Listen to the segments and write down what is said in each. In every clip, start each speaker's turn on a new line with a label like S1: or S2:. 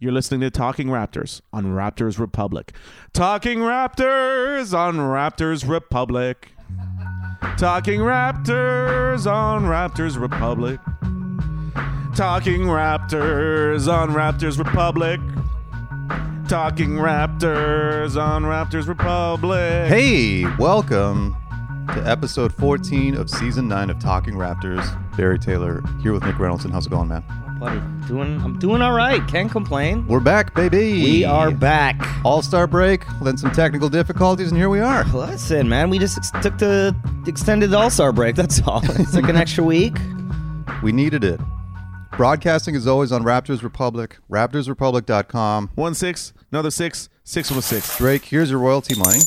S1: You're listening to Talking Raptors on Raptors Republic. Talking Raptors on Raptors Republic. Talking Raptors on Raptors Republic. Talking Raptors on Raptors Republic. Talking Raptors on Raptors Republic.
S2: Hey, welcome to episode 14 of season 9 of Talking Raptors. Barry Taylor here with Nick Reynolds. And how's it going, man?
S3: I'm doing, I'm doing all right. Can't complain.
S2: We're back, baby.
S3: We are back.
S2: All star break, then some technical difficulties, and here we are.
S3: Listen, man, we just ex- took the extended All Star break. That's all. It's like an extra week.
S2: We needed it. Broadcasting is always on Raptors Republic, raptorsrepublic.com.
S1: One six, another six, six one six.
S2: Drake, here's your royalty money.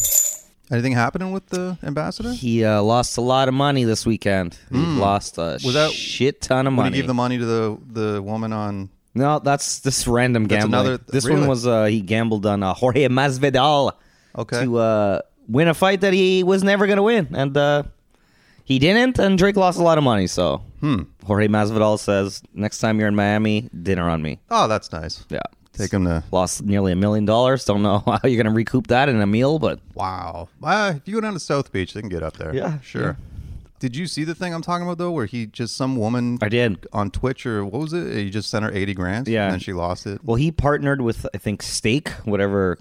S2: Anything happening with the ambassador?
S3: He uh, lost a lot of money this weekend. He lost a
S2: Hmm. Was that-
S3: shit ton of
S2: When
S3: money.
S2: you give the money to the, the woman on.
S3: no, that's this random
S2: That's
S3: gambling.
S2: another-
S3: this
S2: really?
S3: one was uh, he gambled on uh, Jorge Masvidal
S2: Okay.
S3: to uh, win a fight that he was never going to win, and uh, he didn't. And Drake lost a lot of money. So
S2: Hmm.
S3: Jorge Masvidal says next time you're in Miami, dinner on me.
S2: Oh, that's nice.
S3: Yeah.
S2: Take him to.
S3: Lost nearly a million dollars. Don't know how you're going to recoup that in a meal, but
S2: Wow. Uh, if you go down to South Beach, they can get up there.
S3: Yeah,
S2: Sure. Did you see the thing I'm talking about, though, where he just some woman
S3: I did.
S2: on Twitch or what was it? He just sent her 80 grand.
S3: Yeah.
S2: And then she lost it.
S3: Well, he partnered with, I think, Stake, whatever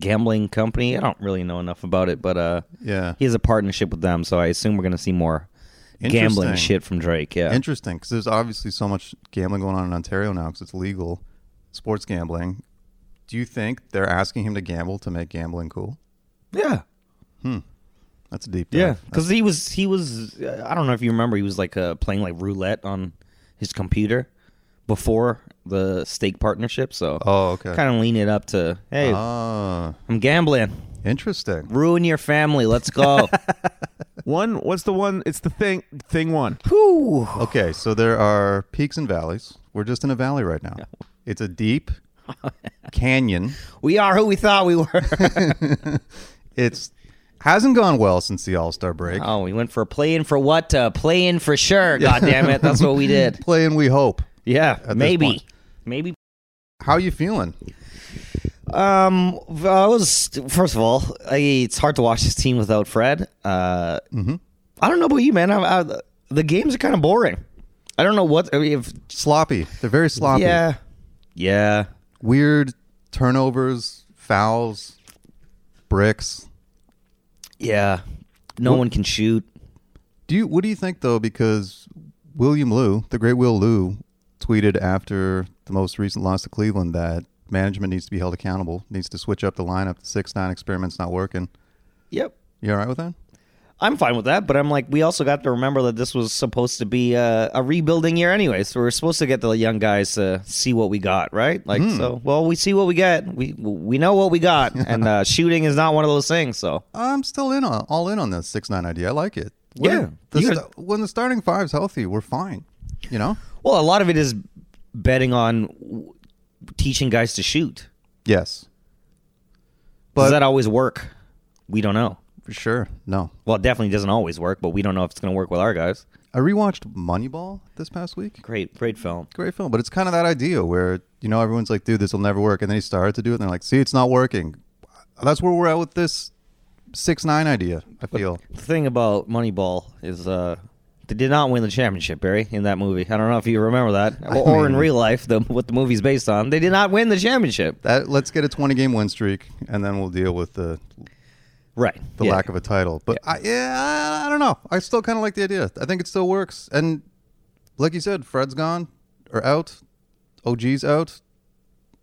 S3: gambling company. I don't really know enough about it, but uh,
S2: Yeah.
S3: he has a partnership with them, so I assume we're going to see more gambling
S2: Interesting.
S3: shit from Drake. Yeah.
S2: Interesting. Because there's obviously so much gambling going on in Ontario now because it's legal sports gambling. Do you think they're asking him to gamble to make gambling cool?
S3: yeah.
S2: That's a deep dive.
S3: Yeah. Because he was, he was, uh, I don't know if you remember, he was like uh, playing like roulette on his computer before the Stake partnership. So
S2: Oh, okay.
S3: kind of lean it up to, hey,
S2: Ah,
S3: I'm gambling.
S2: interesting.
S3: Ruin your family. Let's go.
S1: One, what's the one? It's the thing, thing one.
S3: Whew.
S2: Okay, so there are peaks and valleys. We're just in a valley right now. It's a deep canyon.
S3: We are who we thought we were.
S2: It's hasn't gone well since the All Star break.
S3: oh, we went for playing for what? Uh, playing for sure. God damn it. That's what we did.
S2: Playing, we hope.
S3: Yeah,
S2: this point.
S3: maybe. Maybe.
S2: How you feeling?
S3: Um, I was, first of all, I, it's hard to watch this team without Fred. Uh,
S2: Mm-hmm.
S3: I don't know about you, man. I, I, the games are kind of boring. I don't know what, I mean, if,
S2: Sloppy. They're very sloppy.
S3: yeah. Yeah.
S2: weird turnovers, fouls, bricks.
S3: Yeah. No one can shoot.
S2: Do you what do you think though? Because William Liu, the great Will Liu, tweeted after the most recent loss to Cleveland that management needs to be held accountable, needs to switch up the lineup. The six nine experiment's not working.
S3: Yep.
S2: You all right with that?
S3: I'm fine with that, but I'm like, we also got to remember that this was supposed to be a, a rebuilding year anyway, so we're supposed to get the young guys to see what we got, right? Like, so well, we see what we get, we we know what we got, and uh, shooting is not one of those things. So
S2: I'm still in on all in on this six nine idea. I like it. When-
S3: Yeah.
S2: the
S3: You
S2: sta-
S3: gotta-
S2: when the starting five's healthy, we're fine. You know?
S3: Well, a lot of it is betting on w- teaching guys to shoot.
S2: Yes. But-
S3: Does that always work? We don't know.
S2: For sure. No.
S3: Well, it definitely doesn't always work, but we don't know if it's going to work with our guys.
S2: I rewatched Moneyball this past week.
S3: Great, great film.
S2: great film. But it's kind of that idea where you know everyone's like, "Dude, this will never work," and then he started to do it, and they're like, "See, it's not working." That's where we're at with this six nine idea. I feel
S3: The thing about Moneyball is uh, they did not win the championship, Barry, in that movie. I don't know if you remember that, or, or in
S2: mean-
S3: real life, the, what the movie's based on. They did not win the championship,
S2: that. Let's get a twenty game win streak, and then we'll deal with the
S3: right?
S2: the lack of a title. But I, yeah, I, I don't know. I still kind of like the idea. I think it still works. And like you said, Fred's gone or out, OG's out,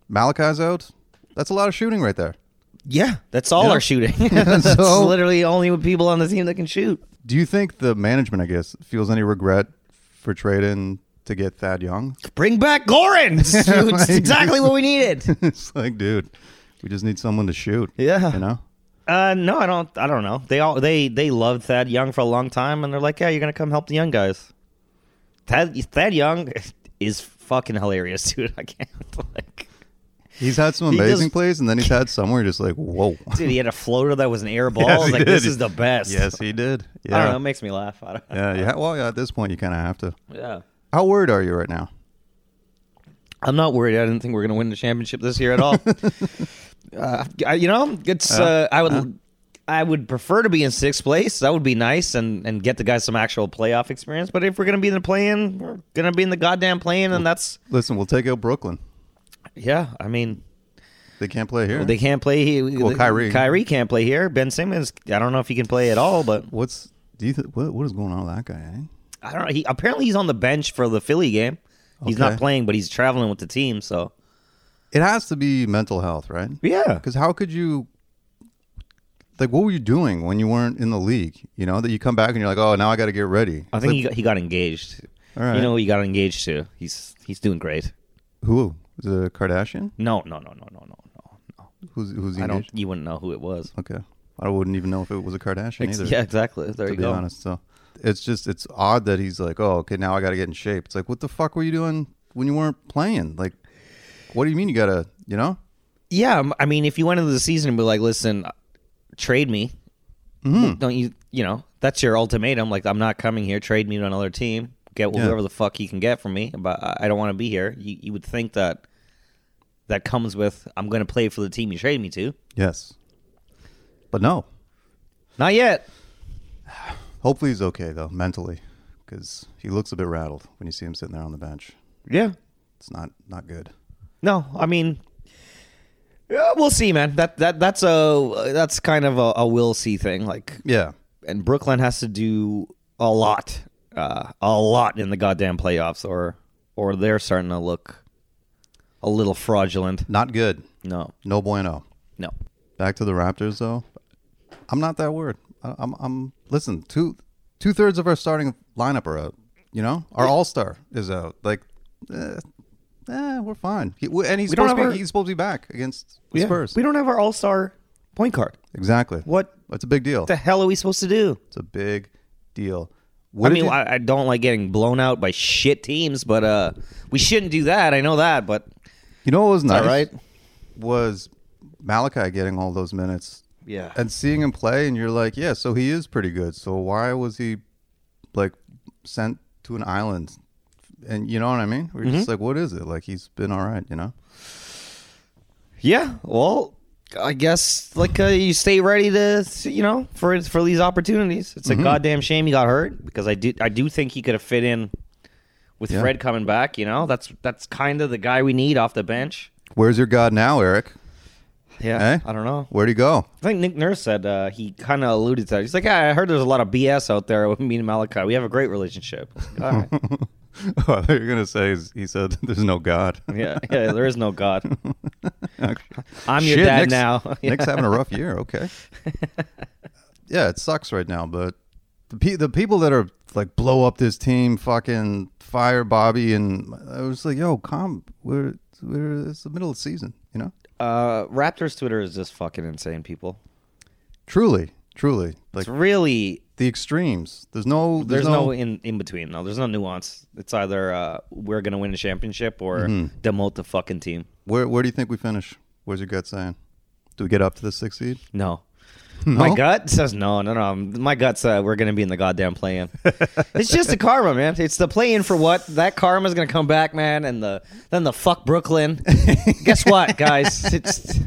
S2: Malachi's out. That's a lot of shooting right there.
S3: yeah, that's all
S2: Yeah.
S3: our shooting. that's
S2: So-
S3: literally only with people on the team that can shoot.
S2: Do you think the management, I guess, feels any regret for trading to get Thad Young.
S3: Bring back Goran. It's exactly what we needed.
S2: it's like, dude, we just need someone to shoot.
S3: Yeah.
S2: You know?
S3: Uh, no, I don't. I don't know. They all they they loved Thad Young for a long time, and they're like, yeah, you're gonna come help the young guys. Thad Thad Young is fucking hilarious, dude. I can't like.
S2: He's had some
S3: He does-
S2: amazing plays, and then he's had some where you're just like, whoa.
S3: Dude, he had a floater that was an air ball.
S2: Yes,
S3: I was
S2: he
S3: like, this
S2: did.
S3: is the best.
S2: yes, he did. Yeah.
S3: I don't know. It makes me laugh. I don't,
S2: Yeah, yeah. Well, yeah, at this point, you kind of have to.
S3: yeah.
S2: How worried are you right now?
S3: I'm not worried. I didn't think we are going to win the championship this year at all. uh, I- you know, it's uh, I would I would prefer to be in sixth place. That would be nice and and get the guys some actual playoff experience. But if we're going to be in the play-in, we're going to be in the goddamn play-in, and that's
S2: Listen, we'll take out Brooklyn.
S3: yeah. I mean,
S2: They can't play here.
S3: they can't play here.
S2: Well, Kyrie.
S3: Kyrie can't play here. Ben Simmons, I don't know if he can play at all, but
S2: What's do you th- what, what is going on with that guy? Eh?
S3: I don't know. He apparently he's on the bench for the Philly game. He's
S2: Okay.
S3: not playing, but he's traveling with the team. So
S2: It has to be mental health, right?
S3: yeah,
S2: Because how could you? Like, what were you doing when you weren't in the league? You know that you come back and you're like, oh, now I got to get ready.
S3: I think he got, he got engaged.
S2: All right.
S3: You know, he got engaged to. He's he's doing great.
S2: Who is it a Kardashian?
S3: No, no, no, no, no, no, no.
S2: Who's who's he
S3: I don't.
S2: engaged?
S3: You wouldn't know who it was.
S2: Okay, I wouldn't even know if it was a Kardashian
S3: Ex-
S2: either.
S3: yeah, exactly. There
S2: to
S3: you
S2: be
S3: go.
S2: honest. So it's just it's odd that he's like, oh, okay, now I got to get in shape. It's like, what the fuck were you doing when you weren't playing? Like, what do you mean you gotta? You know?
S3: Yeah, m- I mean, if you went into the season and be like, "Listen, trade me," don't you? You know, that's your ultimatum. Like, I'm not coming here. Trade me to another team. Get
S2: Yeah.
S3: whoever the fuck you can get from me. But I I don't want to be here. You, you would think that that comes with I'm going to play for the team you trade me to.
S2: Yes. But no.
S3: Not yet.
S2: Hopefully he's okay though mentally, because he looks a bit rattled when you see him sitting there on the bench.
S3: Yeah.
S2: It's not not good.
S3: No, I mean, yeah, we'll see, man. That that that's a that's kind of a, a we'll see thing. Like,
S2: Yeah.
S3: and Brooklyn has to do a lot, uh, a lot in the goddamn playoffs, or or they're starting to look a little fraudulent.
S2: Not good.
S3: No,
S2: No bueno.
S3: no,
S2: Back to the Raptors though. I'm not that worried. I- I'm I'm listen two two thirds of our starting lineup are out. You know, our all star is out. Like, eh, eh, we're fine. He, we- and he's
S3: We don't
S2: supposed, to
S3: have
S2: be,
S3: our-
S2: he's supposed to be back against the Spurs.
S3: We don't have our All Star point guard.
S2: exactly.
S3: What
S2: It's a big deal.
S3: the hell are we supposed to do?
S2: It's a big deal. What
S3: I
S2: did
S3: mean,
S2: you-
S3: I, I don't like getting blown out by shit teams, but uh, we shouldn't do that. I know that, but
S2: You know what was nice?
S3: all right.
S2: Was Malachi getting all those minutes
S3: Yeah.
S2: and seeing him play? And you're like, yeah, so he is pretty good. So why was he like sent to an island? And you know what I mean? We're just like, what is it? Like he's been all right, you know?
S3: Yeah, well, I guess like uh, you stay ready to you know for for these opportunities. It's
S2: Mm-hmm.
S3: a goddamn shame he got hurt because I do I do think he could have fit in with
S2: Yeah.
S3: Fred coming back. You know, that's that's kind of the guy we need off the bench.
S2: Where's your God now, Eric?
S3: Yeah,
S2: Eh?
S3: I don't know.
S2: Where'd he go?
S3: I think Nick Nurse said uh, he kind of alluded to that. He's like, yeah, I heard there's a lot of BS out there with me and Malachi. We have a great relationship. All right.
S2: oh, you're gonna say is- he said there's no God.
S3: yeah, yeah, there is no God. I'm your
S2: Shit,
S3: dad
S2: Nick's-
S3: now.
S2: Nick's having a rough year. Okay. yeah, it sucks right now, but the pe- the people that are like blow up this team, fucking fire Bobby, and I was like, yo, calm. We're we're it's the middle of the season, you know.
S3: uh, Raptors Twitter is just fucking insane, people.
S2: Truly, truly, like
S3: It's really
S2: the extremes. There's no
S3: There's no, in, in between. No, there's no nuance. It's either uh, we're gonna win a championship or
S2: Mm-hmm.
S3: demote the fucking team.
S2: where where do you think we finish? Where's your gut saying? Do we get up to the sixth seed?
S3: No.
S2: Hmm. No?
S3: My gut says no, no, no. My gut said we're gonna be in the goddamn play-in. it's just the karma, man. It's the play-in for what? That karma's gonna come back, man. And the then the fuck Brooklyn. Guess what, guys? It's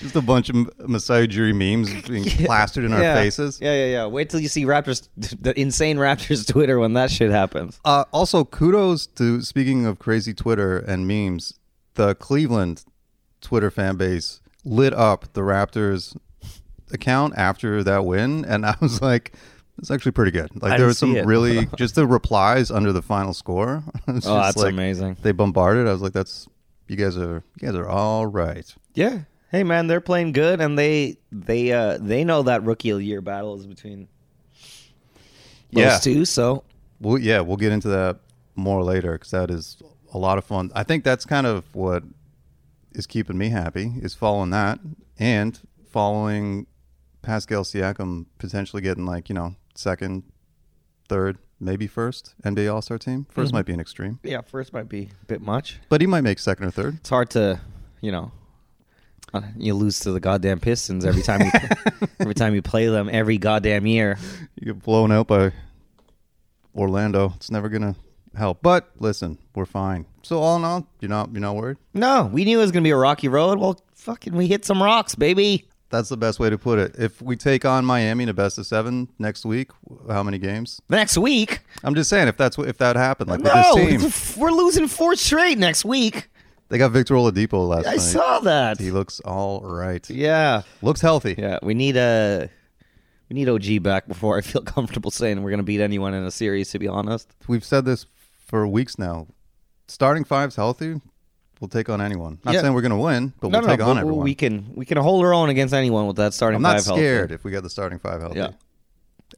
S2: Just a bunch of Messiah Jury memes being plastered in our
S3: yeah.
S2: faces.
S3: Yeah, yeah, yeah. Wait till you see Raptors, the insane Raptors Twitter when that shit happens.
S2: Uh, also, kudos to speaking of crazy Twitter and memes, the Cleveland Twitter fan base lit up the Raptors account after that win, and I was like, "It's actually pretty good." Like there
S3: I didn't
S2: was some
S3: see it.
S2: really just the replies under the final score. It's
S3: Oh,
S2: just
S3: that's
S2: like,
S3: amazing.
S2: They bombarded. I was like, "That's you guys are you guys are all right."
S3: Yeah. Hey man, they're playing good and they they uh they know that rookie of the year battle is between those
S2: Yeah.
S3: two, so
S2: Well, yeah, we'll get into that more later because that is a lot of fun. I think that's kind of what is keeping me happy is following that and following Pascal Siakam potentially getting like you know second, third, maybe first NBA All Star team. 1st might be an extreme,
S3: Yeah, first might be a bit much.
S2: but he might make second or third.
S3: It's hard to, you know, uh, you lose to the goddamn Pistons every time you every time you play them every goddamn year.
S2: You get blown out by Orlando. It's never gonna help. But listen, we're fine. So all in all, you're not you're not worried.
S3: No, we knew it was gonna be a rocky road. Well, fucking, we hit some rocks, baby.
S2: That's the best way to put it. If we take on Miami in a best of seven next week, how many games?
S3: Next week,
S2: I'm just saying if that's what if that happened, like
S3: no,
S2: with this team,
S3: it's- we're losing four straight next week.
S2: they got Victor Oladipo last
S3: I
S2: night.
S3: saw that.
S2: He looks all right.
S3: Yeah,
S2: Looks healthy.
S3: yeah. We need a we need OG back before I feel comfortable saying we're gonna beat anyone in a series. To be honest,
S2: We've said this for weeks now. Starting five's healthy. We'll take on anyone. Not
S3: Yeah.
S2: saying we're going to win, but we'll take on
S3: but
S2: everyone.
S3: We can we can hold our own against anyone with that starting
S2: I'm not
S3: five healthy.
S2: scared if we get the starting five healthy.
S3: Yeah.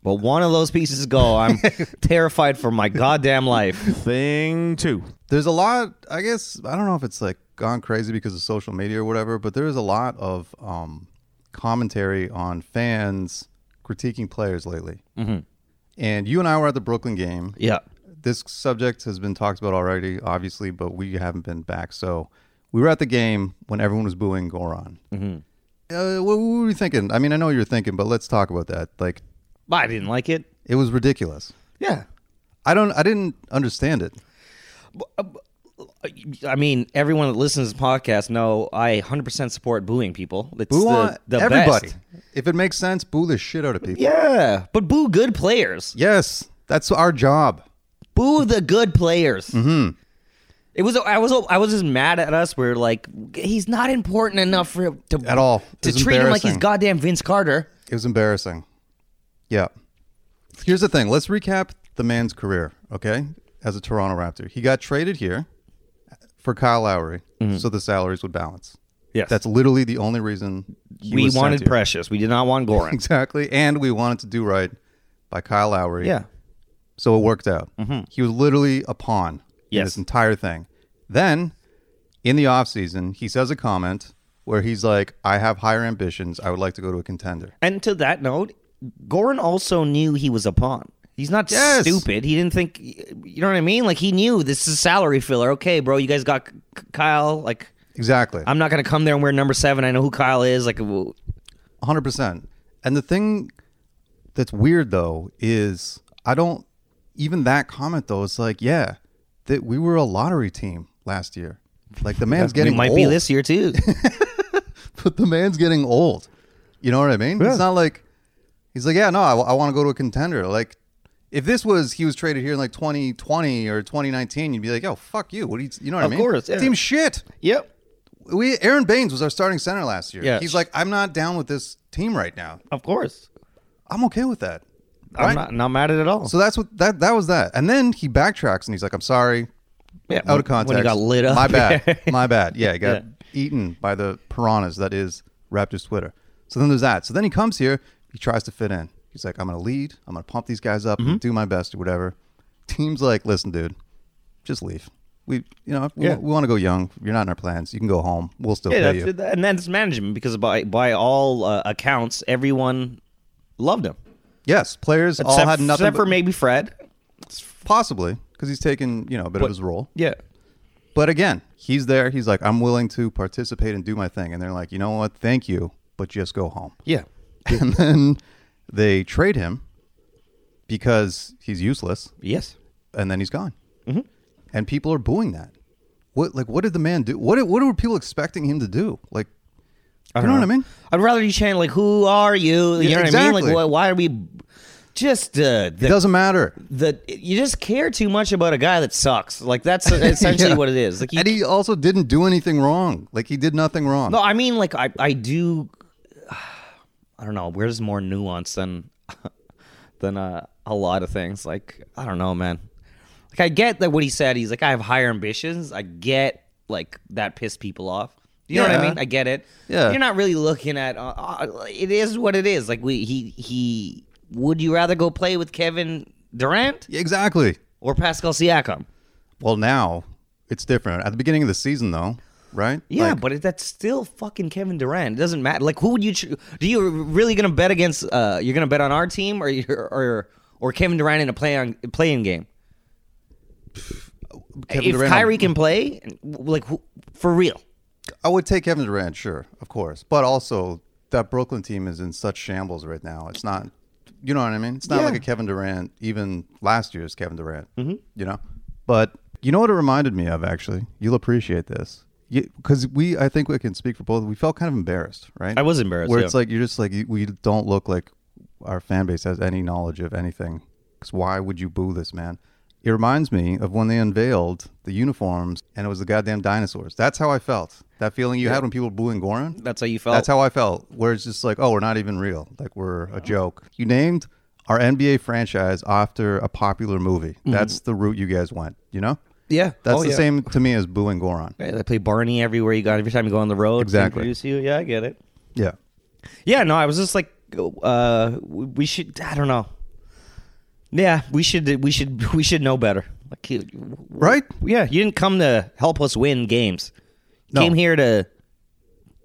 S3: But one of those pieces go, I'm terrified for my goddamn life.
S1: Thing two.
S2: there's a lot i guess i don't know if it's like gone crazy because of social media or whatever but there is a lot of um, commentary on fans critiquing players lately and you and i were at the brooklyn game
S3: Yeah.
S2: this subject has been talked about already obviously but we haven't been back so we were at the game when everyone was booing goron uh, what, what were you thinking i mean i know you were thinking but let's talk about that like
S3: But I didn't like it.
S2: it was ridiculous
S3: Yeah.
S2: i don't i didn't understand it
S3: I mean, everyone that listens to this podcast know I 100% support booing people. It's
S2: boo
S3: the,
S2: on
S3: the
S2: everybody
S3: best.
S2: if it makes sense boo the shit out of people
S3: Yeah. But boo good players.
S2: Yes, that's our job.
S3: Boo the good players. Mm-hmm. It was I was I was just mad at us. We're like, he's not important enough for to
S2: At all.
S3: to
S2: It's
S3: treat him like he's
S2: embarrassing.
S3: goddamn Vince Carter.
S2: It was embarrassing. Yeah. Here's the thing. Let's recap the man's career, okay? As a Toronto Raptor. He got traded here for Kyle Lowry so the salaries would balance.
S3: Mm-hmm. Yes.
S2: That's literally the only reason he
S3: we
S2: was sent
S3: wanted
S2: here.
S3: Precious. We did not want Goran.
S2: Exactly. And we wanted to do right by Kyle Lowry.
S3: yeah.
S2: So it worked out. He was literally a pawn in
S3: Mm-hmm. Yes.
S2: this entire thing. Then, in the offseason, he says a comment where he's like, I have higher ambitions. I would like to go to a contender.
S3: And to that note, Goran also knew he was a pawn. He's not
S2: Yes.
S3: stupid. He didn't think, you know what I mean? Like he knew this is a salary filler. Okay, bro, you guys got K- K- Kyle. Like
S2: Exactly.
S3: I'm not gonna come there and wear number seven. I know who Kyle is. Like, w-
S2: 100%. And the thing that's weird, though, is I don't, even that comment, though, it's like, yeah, that we were a lottery team last year. Like the man's
S3: we
S2: getting
S3: might
S2: old.
S3: be this year too.
S2: but the man's getting old. You know what I mean? It's not like he's like, yeah, no, I, want to go to a contender. Like, if this was he was traded here in like 2020 or 2019, you'd be like, oh fuck you. What do you? You know what
S3: Of
S2: I mean?
S3: course, yeah.
S2: Team shit.
S3: yep.
S2: We Aaron Baines was our starting center last year.
S3: Yeah.
S2: He's like, I'm not down with this team right now.
S3: Of course.
S2: I'm okay with that.
S3: I'm
S2: Right?
S3: not not mad at it at all.
S2: so that's what that that was that. And then he backtracks and he's like, I'm sorry,
S3: yeah,
S2: out of
S3: when-
S2: context.
S3: When he got lit up.
S2: My bad. My bad. Yeah, he got
S3: Yeah.
S2: eaten by the piranhas. That is Raptors Twitter. So then there's that. So then he comes here. He tries to fit in. He's like, I'm going to lead. I'm going to pump these guys up
S3: Mm-hmm.
S2: and do my best or whatever. Team's like, listen, dude, just leave. We, you know, we,
S3: Yeah.
S2: we want to go young. You're not in our plans. You can go home. We'll still
S3: yeah,
S2: pay
S3: that's,
S2: you.
S3: it. and that's management because by by all uh, accounts, everyone loved him.
S2: Yes, players all
S3: except,
S2: had nothing
S3: except for
S2: but-
S3: maybe Fred.
S2: possibly because he's taken, you know, a bit of his role.
S3: Yeah.
S2: But again, he's there. He's like, I'm willing to participate and do my thing. And they're like, you know what? Thank you, but just go home.
S3: Yeah.
S2: and then they trade him because he's useless,
S3: Yes.
S2: and then he's gone.
S3: Mm-hmm.
S2: And people are booing that. What like what did the man do? What what were people expecting him to do? Like, you know, what I mean?
S3: I'd rather you chant like, "Who are you?" You
S2: Yeah,
S3: know what I mean? Like,
S2: exactly.
S3: why, why are we just uh,
S2: It
S3: the,
S2: doesn't matter.
S3: the you just care too much about a guy that sucks? Like that's essentially
S2: Yeah.
S3: what it is. Like, you,
S2: and he also didn't do anything wrong. Like he did nothing wrong.
S3: no, I mean, like I I do. I don't know. Where's more nuance than than uh, a lot of things? Like I don't know, man. Like I get that what he said. He's like, I have higher ambitions. I get like that pissed people off. You know what I
S2: Yeah.
S3: mean? I get it.
S2: Yeah.
S3: You're not really looking at. Uh, uh, it is what it is. Like we he he. Would you rather go play with Kevin Durant
S2: Exactly.
S3: or Pascal Siakam?
S2: Well, now it's different. At the beginning of the season, though, right?
S3: Yeah,
S2: Like,
S3: but it, that's still fucking Kevin Durant. It doesn't matter. Like, who would you? Cho- do you really gonna bet against? Uh, you're gonna bet on our team or you- or or Kevin Durant in a play on play-in game?
S2: Kevin
S3: if
S2: Durant-
S3: Kyrie can play, like who, for real,
S2: I would take Kevin Durant, sure, of course, but also that Brooklyn team is in such shambles right now. It's not, you know what I mean? It's not
S3: Yeah.
S2: like a Kevin Durant, even last year's Kevin Durant. Mm-hmm. You know, but you know what it reminded me of actually. You'll appreciate this because we, I think we can speak for both. We felt kind of embarrassed, right?
S3: I was embarrassed,
S2: Where
S3: yeah.
S2: it's like you're just like you- we don't look like our fan base has any knowledge of anything. Because why would you boo this man? It reminds me of when they unveiled the uniforms and it was the goddamn dinosaurs. That's how I felt. That feeling you had when people were booing Goran.
S3: that's how you felt.
S2: That's how I felt. Where it's just like, oh, we're not even real. Like we're a joke. You named our NBA franchise after a popular movie. That's the route you guys went. You know?
S3: Yeah.
S2: That's
S3: Mm-hmm. Oh,
S2: the
S3: yeah.
S2: same to me as booing Goron.
S3: Yeah, they play Barney everywhere you go. Every time you go on the road, they
S2: Exactly.
S3: Introduce you. Yeah, I get it.
S2: Yeah.
S3: Yeah, no, I was just like, uh, we should. I don't know. Yeah, we should. We should. We should know better. Like, you-
S2: Right?
S3: yeah, you didn't come to help us win games. You
S2: No.
S3: Came here to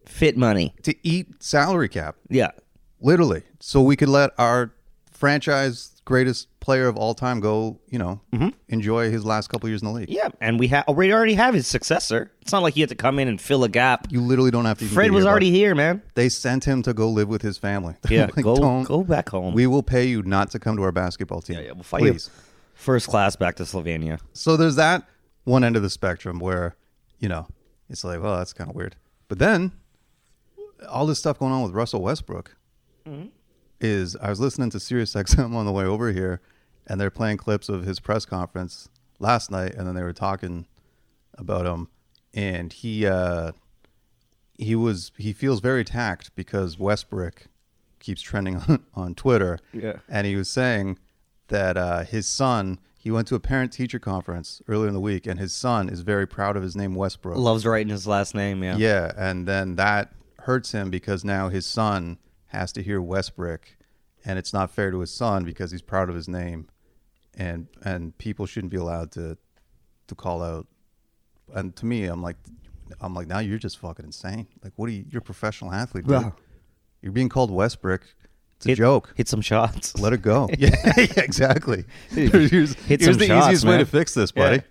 S3: fit money.
S2: To eat salary cap.
S3: Yeah,
S2: Literally. So we could let our franchise greatest player of all time go, you know, enjoy his last couple years in the league.
S3: Mm-hmm. yeah, and we have. We already have his successor. It's not like you had to come in and fill a gap.
S2: You literally don't have to. even
S3: Fred
S2: be
S3: was
S2: here, bud.
S3: already here, man.
S2: They sent him to go live with his family. They're
S3: Yeah,
S2: like,
S3: go
S2: "Don't-
S3: go back home.
S2: We will pay you not to come to our basketball team.
S3: yeah, yeah, we'll fight
S2: please.
S3: you. First class back to Slovenia.
S2: So there's that one end of the spectrum where, you know, it's like, well, that's kind of weird. But then all this stuff going on with Russell Westbrook is I was listening to Sirius XM on the way over here and they're playing clips of his press conference last night and then they were talking about him and he uh he was he feels very attacked because Westbrook keeps trending on, on Twitter.
S3: Yeah.
S2: And he was saying that uh, his son he went to a parent teacher conference earlier in the week and his son is very proud of his name Westbrook.
S3: Loves writing his last name. Yeah.
S2: Yeah, and then that hurts him because now his son has to hear Westbrook, and it's not fair to his son because he's proud of his name, and and people shouldn't be allowed to to call out. And to me, I'm like, I'm like, now you're just fucking insane. Like, what are you? You're a professional athlete. Dude.
S3: Yeah.
S2: You're being called Westbrook. It's a
S3: Hit-
S2: joke.
S3: Hit some shots.
S2: Let it go. yeah, yeah, exactly.
S3: Dude,
S2: here's
S3: hit
S2: here's
S3: some
S2: the
S3: shots,
S2: easiest way
S3: man.
S2: to fix this, buddy.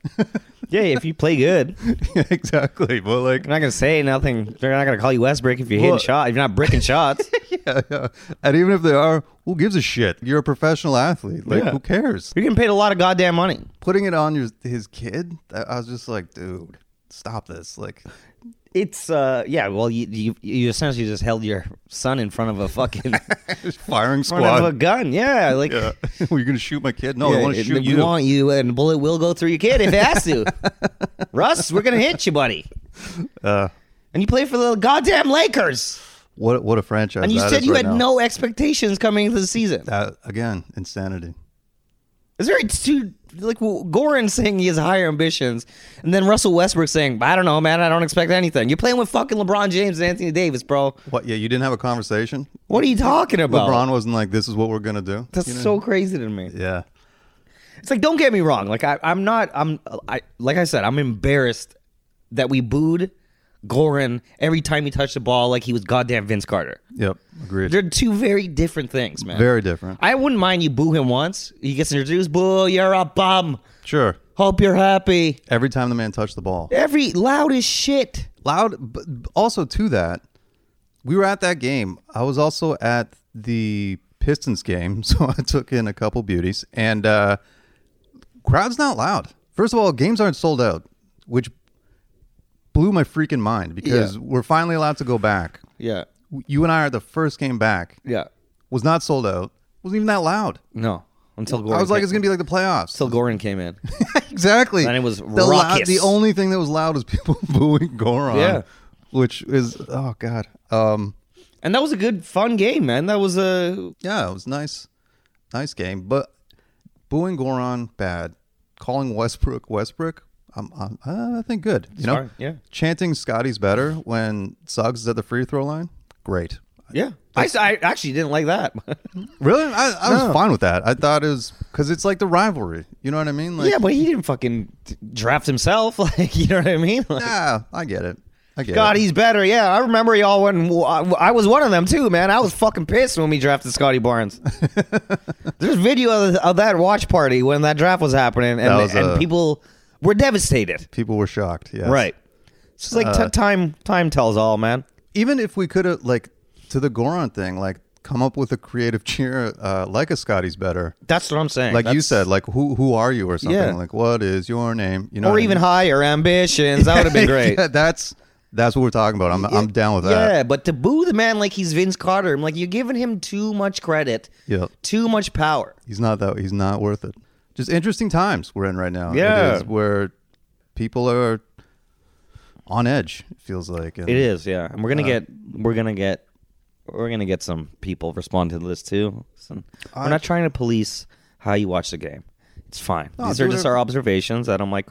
S3: yeah, if you play good,
S2: exactly. But like,
S3: They're not gonna say nothing. They're not gonna call you Westbrook if you're hitting
S2: Well-
S3: shot. If you're not bricking shots,
S2: yeah, yeah. And even if they are, who gives a shit? You're a professional athlete. Like,
S3: Yeah.
S2: who cares?
S3: you're getting paid a lot of goddamn money.
S2: Putting it on your his kid, I I was just like, dude, stop this. Like,
S3: It's uh, yeah. Well, you, you you essentially just held your son in front of a fucking
S2: firing
S3: front of a
S2: squad.
S3: gun. Yeah, like
S2: Yeah. Were you going to shoot my kid? No,
S3: yeah,
S2: I want to
S3: it-
S2: shoot
S3: we
S2: you.
S3: want you, and the bullet will go through your kid if it has to. Russ, we're gonna hit you, buddy.
S2: Uh,
S3: And you play for the goddamn Lakers,
S2: what, what a franchise.
S3: and you
S2: that
S3: said
S2: is
S3: you
S2: right
S3: had
S2: now.
S3: no expectations coming into the season.
S2: That, again, insanity.
S3: Is there two like Goran saying he has higher ambitions, and then Russell Westbrook saying, "I don't know, man. I don't expect anything." You're playing with fucking LeBron James and Anthony Davis, bro.
S2: What? Yeah, you didn't have a conversation?
S3: What are you talking about?
S2: LeBron wasn't like, this is what we're going to do.
S3: That's
S2: You know?
S3: so crazy to me.
S2: Yeah.
S3: It's like, don't get me wrong. Like I, I'm not. I'm. I like I said, I'm embarrassed that we booed Goran every time he touched the ball, like he was goddamn Vince Carter.
S2: Yep. Agreed.
S3: They're two very different things, man.
S2: Very different.
S3: I wouldn't mind you boo him once. He gets introduced. Boo! You're a bum.
S2: sure.
S3: Hope you're happy.
S2: Every time the man touched the ball.
S3: Every loud as shit.
S2: loud but also to that we were at that game i was also at the pistons game so i took in a couple beauties and uh crowd's not loud first of all games aren't sold out which blew my freaking mind because we're finally allowed to go back
S3: Yeah.
S2: you and i are the first game back
S3: Yeah.
S2: was not sold out wasn't even that loud
S3: No. Until Goran.
S2: i was like
S3: came,
S2: it's gonna be like the playoffs
S3: until Goran came in.
S2: exactly.
S3: And it was
S2: the lou-
S3: raucous.
S2: the only thing that was loud was people booing Goron.
S3: Yeah.
S2: Which is oh god. Um
S3: and that was a good fun game, man. That was a
S2: yeah, it was nice. Nice game, but booing Goron bad. Calling Westbrook Westbrook I'm, I'm, uh, I think good. You know,
S3: fine, yeah.
S2: chanting Scotty's better when Suggs is at the free throw line. Great.
S3: Yeah, I, s- I actually didn't like that.
S2: Really? I, I
S3: No.
S2: was fine with that. I thought it was because it's like the rivalry. You know what I mean? Like,
S3: yeah, but he didn't fucking t- draft himself. Like, you know what I mean? Like,
S2: nah, I get it. I get
S3: God,
S2: it.
S3: he's better. Yeah, I remember y'all when I I was one of them too, man. I was fucking pissed when we drafted Scotty Barnes. There's video of, of that watch party when that draft was happening, and,
S2: That was,
S3: and
S2: uh,
S3: people were devastated.
S2: People were shocked. Yes. Uh,
S3: Right. It's just like t- time. Time tells all, man.
S2: Even if we could have, like, to the Goron thing, like, come up with a creative cheer uh, like a Scotty's better.
S3: That's what I'm saying.
S2: Like you
S3: That's-
S2: said, like, who who are you or something?
S3: Yeah.
S2: Like, what is your name? You know,
S3: or
S2: what I
S3: even
S2: mean?
S3: higher ambitions. That would have been great.
S2: Yeah, that's that's what we're talking about. I'm, I'm down with
S3: Yeah,
S2: that.
S3: but to boo the man like he's Vince Carter, I'm like you're giving him too much credit,
S2: Yeah.
S3: too much power.
S2: He's not that. He's not worth it. Just interesting times we're in right now. It
S3: Yeah.
S2: is where people are on edge. It feels like and
S3: It is, yeah. And we're gonna get, we're gonna get, we're gonna get some people responding to this too. Some, we're not trying to police how you watch the game. It's fine. These
S2: do
S3: are just
S2: whatever-
S3: our observations that I'm like,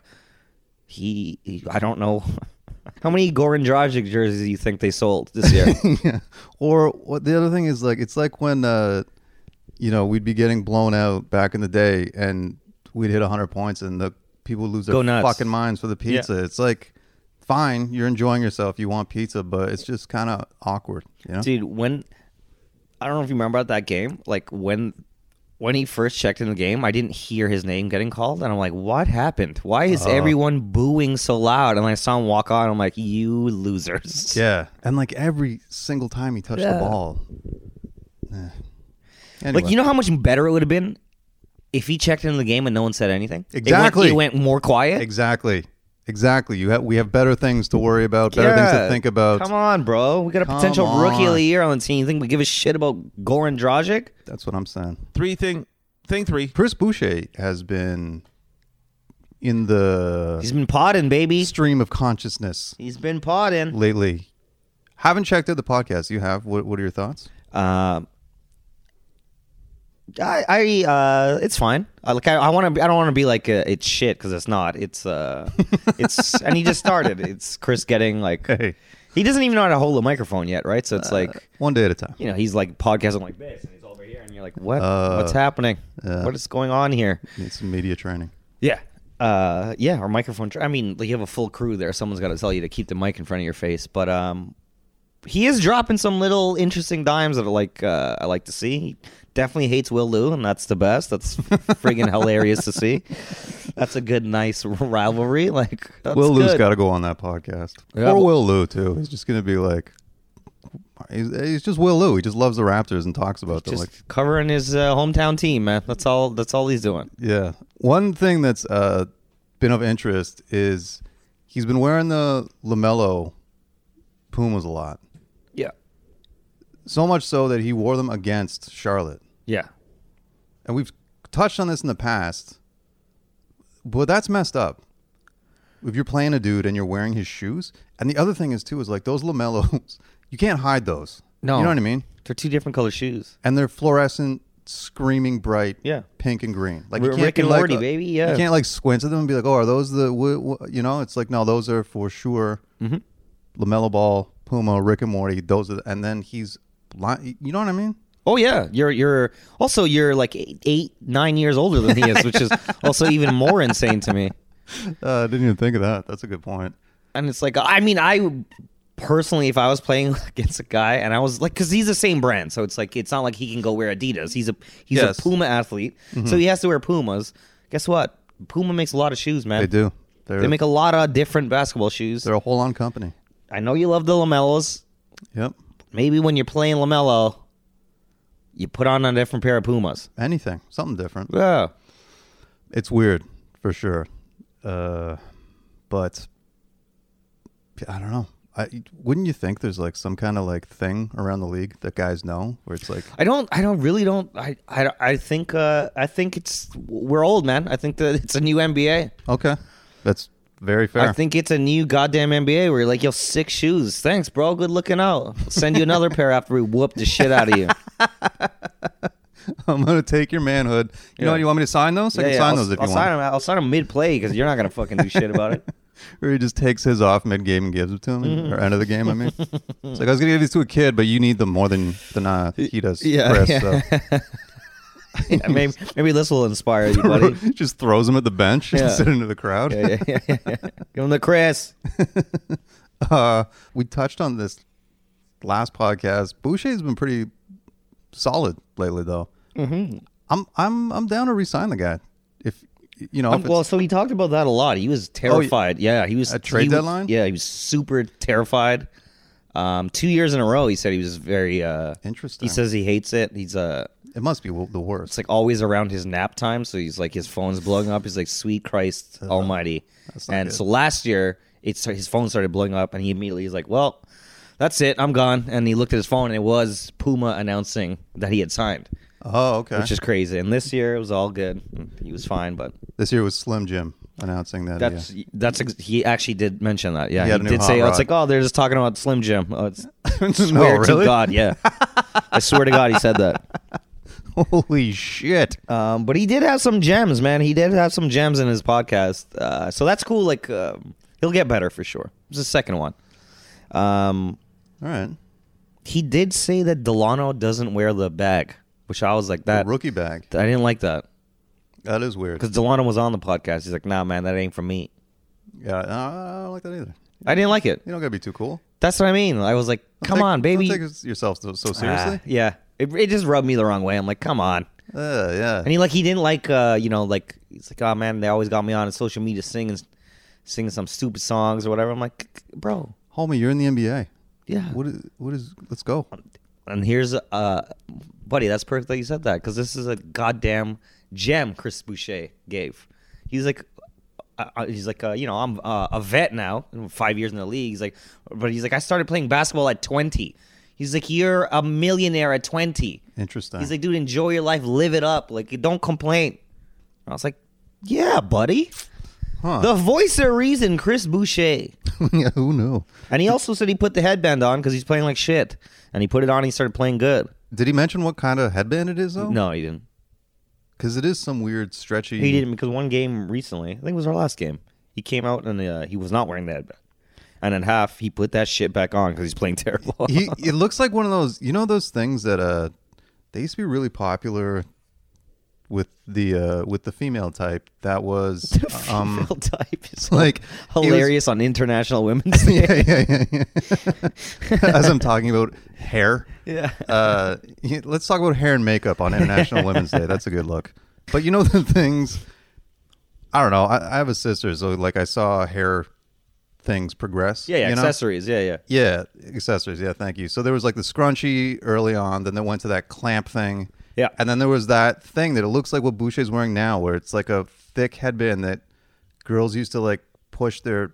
S3: he, he- I don't know. How many Goran Dragic jerseys do you think they sold this year?
S2: yeah. Or what the other thing is like it's like when uh you know, we'd be getting blown out back in the day and we'd hit 100 points and the people would lose
S3: Go
S2: their
S3: nuts.
S2: fucking minds for the pizza. It's like fine, you're enjoying yourself, you want pizza, but it's just kind of awkward, you know?
S3: dude when i don't know if you remember that game like when when he first checked in the game i didn't hear his name getting called and i'm like what happened why is
S2: Uh-huh.
S3: everyone booing so loud and i saw him walk on i'm like you losers
S2: Yeah. And like every single time he touched
S3: Yeah.
S2: the ball. Eh. Anyway.
S3: like you know how much better it would have been if he checked into the game and no one said anything It went-
S2: Exactly.
S3: it went, more quiet
S2: Exactly. Exactly. You have we have better things to worry about, better things
S3: Yeah.
S2: to think about.
S3: Come on, bro. We got a potential rookie of
S2: on.
S3: the year on the team. You think we give a shit about Goran Dragic?
S2: That's what I'm saying.
S1: Three thing, thing three.
S2: Chris Boucher has been in the
S3: He's been potting, baby.
S2: stream of consciousness
S3: He's been potting.
S2: lately. Haven't checked out the podcast. You have. What, what are your thoughts?
S3: Um, I, I, uh, it's fine. I, like, I, I want to. I don't want to be like uh, it's shit because it's not. It's, uh, it's, and he just started. It's Chris getting like,
S2: Hey.
S3: he doesn't even know how to hold a microphone yet, right? So it's like,
S2: One day at a time.
S3: you know, he's like podcasting like this, and he's over here, and you're like, what? What's happening? what is going on here?
S2: Need some media training.
S3: Yeah. Uh, yeah, or microphone. Tra- I mean, like, you have a full crew there. Someone's got to tell you to keep the mic in front of your face. But um, he is dropping some little interesting dimes that are like uh, I like to see. He definitely hates Will Lou, and that's the best. That's friggin' hilarious to see. That's a good, nice rivalry. Like that's
S2: Will Lou's
S3: good.
S2: got to go on that podcast.
S3: Yeah,
S2: or
S3: but-
S2: Will Lou too. He's just going to be like, he's, he's just Will Lou. He just loves the Raptors and talks about them.
S3: just
S2: Like,
S3: covering his uh, hometown team, man. That's all. That's all he's doing.
S2: Yeah. One thing that's uh, been of interest is he's been wearing the Lamelo Pumas a lot.
S3: Yeah.
S2: So much so that he wore them against Charlotte.
S3: Yeah.
S2: And we've touched on this in the past, but that's messed up. If you're playing a dude and you're wearing his shoes, and the other thing is too is like those Lamelos, you can't hide those.
S3: No.
S2: you know what I mean.
S3: They're two different color shoes.
S2: And they're fluorescent, screaming bright,
S3: Yeah.
S2: pink and green. Like
S3: We're
S2: you can't
S3: Rick and
S2: be like,
S3: Morty,
S2: uh,
S3: baby, yeah.
S2: you can't like squint at them and be like, "Oh, are those the?" W- w-? You know, it's like no, those are for sure.
S3: Mm-hmm.
S2: Lamelo Ball, Puma, Rick and Morty. Those are, the, and then he's, li- you know what I mean?
S3: Oh yeah, you're you're also you're like eight, eight nine years older than he is, which is also even more insane to me.
S2: Uh, I didn't even think of that. That's a good point.
S3: And it's like, I mean, I personally, if I was playing against a guy and I was like, because he's the same brand, so it's like it's not like he can go wear Adidas. He's a he's
S2: Yes. Mm-hmm.
S3: a Puma athlete, so he has to wear Pumas. Guess what? Puma makes a lot of shoes, man.
S2: They do. They're
S3: They make a lot of different basketball shoes.
S2: they're a whole on company.
S3: I know you love the Lamellos.
S2: Yep.
S3: Maybe when you're playing Lamelo, you put on a different pair of Pumas.
S2: Anything, something different.
S3: Yeah.
S2: It's weird for sure, uh, but I don't know. I, wouldn't you think there's like some kind of like thing around the league that guys know where it's like
S3: I don't. I don't really don't. I. I. I think. Uh, I think it's. We're old, man. I think that it's a new NBA.
S2: Okay, that's very fair.
S3: I think it's a new goddamn NBA where you're like, yo, six shoes. Thanks, bro. Good looking out. We'll send you another pair after we whoop the shit out of you.
S2: I'm gonna take your manhood. You know
S3: Yeah.
S2: what? You want me to sign those? I can sign
S3: I'll,
S2: those if
S3: I'll
S2: you
S3: sign
S2: want.
S3: them. I'll sign them mid play because you're not gonna fucking do shit about it.
S2: Where he just takes his off mid game and gives it to him, or end of the game. I mean, it's like I was gonna give these to a kid, but you need them more than than uh, he does.
S3: Yeah,
S2: Chris,
S3: yeah.
S2: so.
S3: Yeah, maybe, maybe this will inspire you, buddy.
S2: just throws him at the bench
S3: Yeah.
S2: instead into the crowd.
S3: Yeah, yeah, yeah, yeah. Give him the Chris.
S2: Uh, we touched on this last podcast. Boucher's been pretty solid lately, though. Mm-hmm. I'm I'm I'm down to resign the guy. If you know, if it's-
S3: Um, well, so he talked about that a lot. He was terrified. yeah, he was
S2: Oh, At trade
S3: he was-
S2: deadline?
S3: Yeah, he was super terrified. Um, two years in a row, he said he was very uh,
S2: Interesting.
S3: He says he hates it. He's uh,
S2: it must be w- the worst.
S3: it's like always around his nap time, so he's like his phone's blowing up. He's like, "Sweet Christ Almighty!"
S2: not
S3: And
S2: good.
S3: so last year, it's his phone started blowing up, and he immediately he's like, "Well, that's it, I'm gone." And he looked at his phone, and it was Puma announcing that he had signed,
S2: oh, okay.
S3: which is crazy. And this year, it was all good. He was fine, but
S2: this year was Slim Jim announcing that. yeah.
S3: that's that's ex- he actually did mention that. Yeah,
S2: He
S3: he,
S2: had a new
S3: did
S2: hot
S3: say, "Oh,
S2: rod.
S3: it's like, oh, they're just talking about Slim Jim." Oh, it's
S2: no,
S3: swear
S2: really?
S3: to God, yeah, I swear to God, he said that.
S2: Holy shit!
S3: Um, but he did have some gems, man. He did have some gems in his podcast, uh, so that's cool. Like um, he'll get better for sure. It's the second one. Um,
S2: All right,
S3: he did say that Delano doesn't wear the bag, which I was like that.
S2: rookie bag.
S3: I didn't like that
S2: That is weird.
S3: because Delano was on the podcast. He's like, "Nah, man, that ain't for me."
S2: Yeah, I I don't like that either.
S3: I didn't like it.
S2: You don't gotta be too cool.
S3: That's what I mean. I was like,
S2: Don't
S3: "Come
S2: take-
S3: on, baby."
S2: Don't take yourself so, so
S3: Ah,
S2: seriously.
S3: yeah. It, it just rubbed me the wrong way. I'm like, come on.
S2: Uh, yeah.
S3: And he like he didn't like uh, you know, like he's like, Oh man, they always got me on social media singing singing some stupid songs or whatever. I'm like, bro,
S2: Homie, you're in the NBA.
S3: yeah.
S2: What is? What is? Let's go.
S3: And here's uh buddy, that's perfect that you said that, because this is a goddamn gem Chris Boucher gave. He's like uh, uh, he's like, uh, you know, I'm uh, a vet now, five years in the league. He's like, but he's like, I started playing basketball at 20. He's like, you're a millionaire at 20.
S2: Interesting.
S3: He's like, dude, enjoy your life, live it up. Like, don't complain. I was like, yeah, buddy.
S2: Huh.
S3: The voice of reason, Chris Boucher.
S2: yeah, who knew?
S3: And he also said he put the headband on because he's playing like shit. And he put it on and he started playing good.
S2: Did he mention what kind of headband it is though?
S3: No, he didn't.
S2: because it is some weird stretchy.
S3: He didn't because one game recently, I think it was our last game, he came out and uh, he was not wearing the headband. And in half, he put that shit back on because he's playing terrible.
S2: He- it looks like one of those. You know those things that uh, they used to be really popular with the uh with the female type. That was um
S3: Female type is
S2: like it was-
S3: hilarious on International Women's Day.
S2: yeah, yeah, yeah, yeah. As I'm talking about hair.
S3: Yeah.
S2: Uh, yeah, let's talk about hair and makeup on International Women's Day. That's a good look. But you know the things. I don't know. I, I have a sister, so like I saw hair things progress.
S3: Yeah, yeah,
S2: you know?
S3: accessories. Yeah, yeah.
S2: Yeah, accessories. Yeah, thank you. So there was like the scrunchie early on, then they went to that clamp thing.
S3: Yeah.
S2: And then there was that thing that it looks like what Boucher's wearing now, where it's like a thick headband that girls used to like push their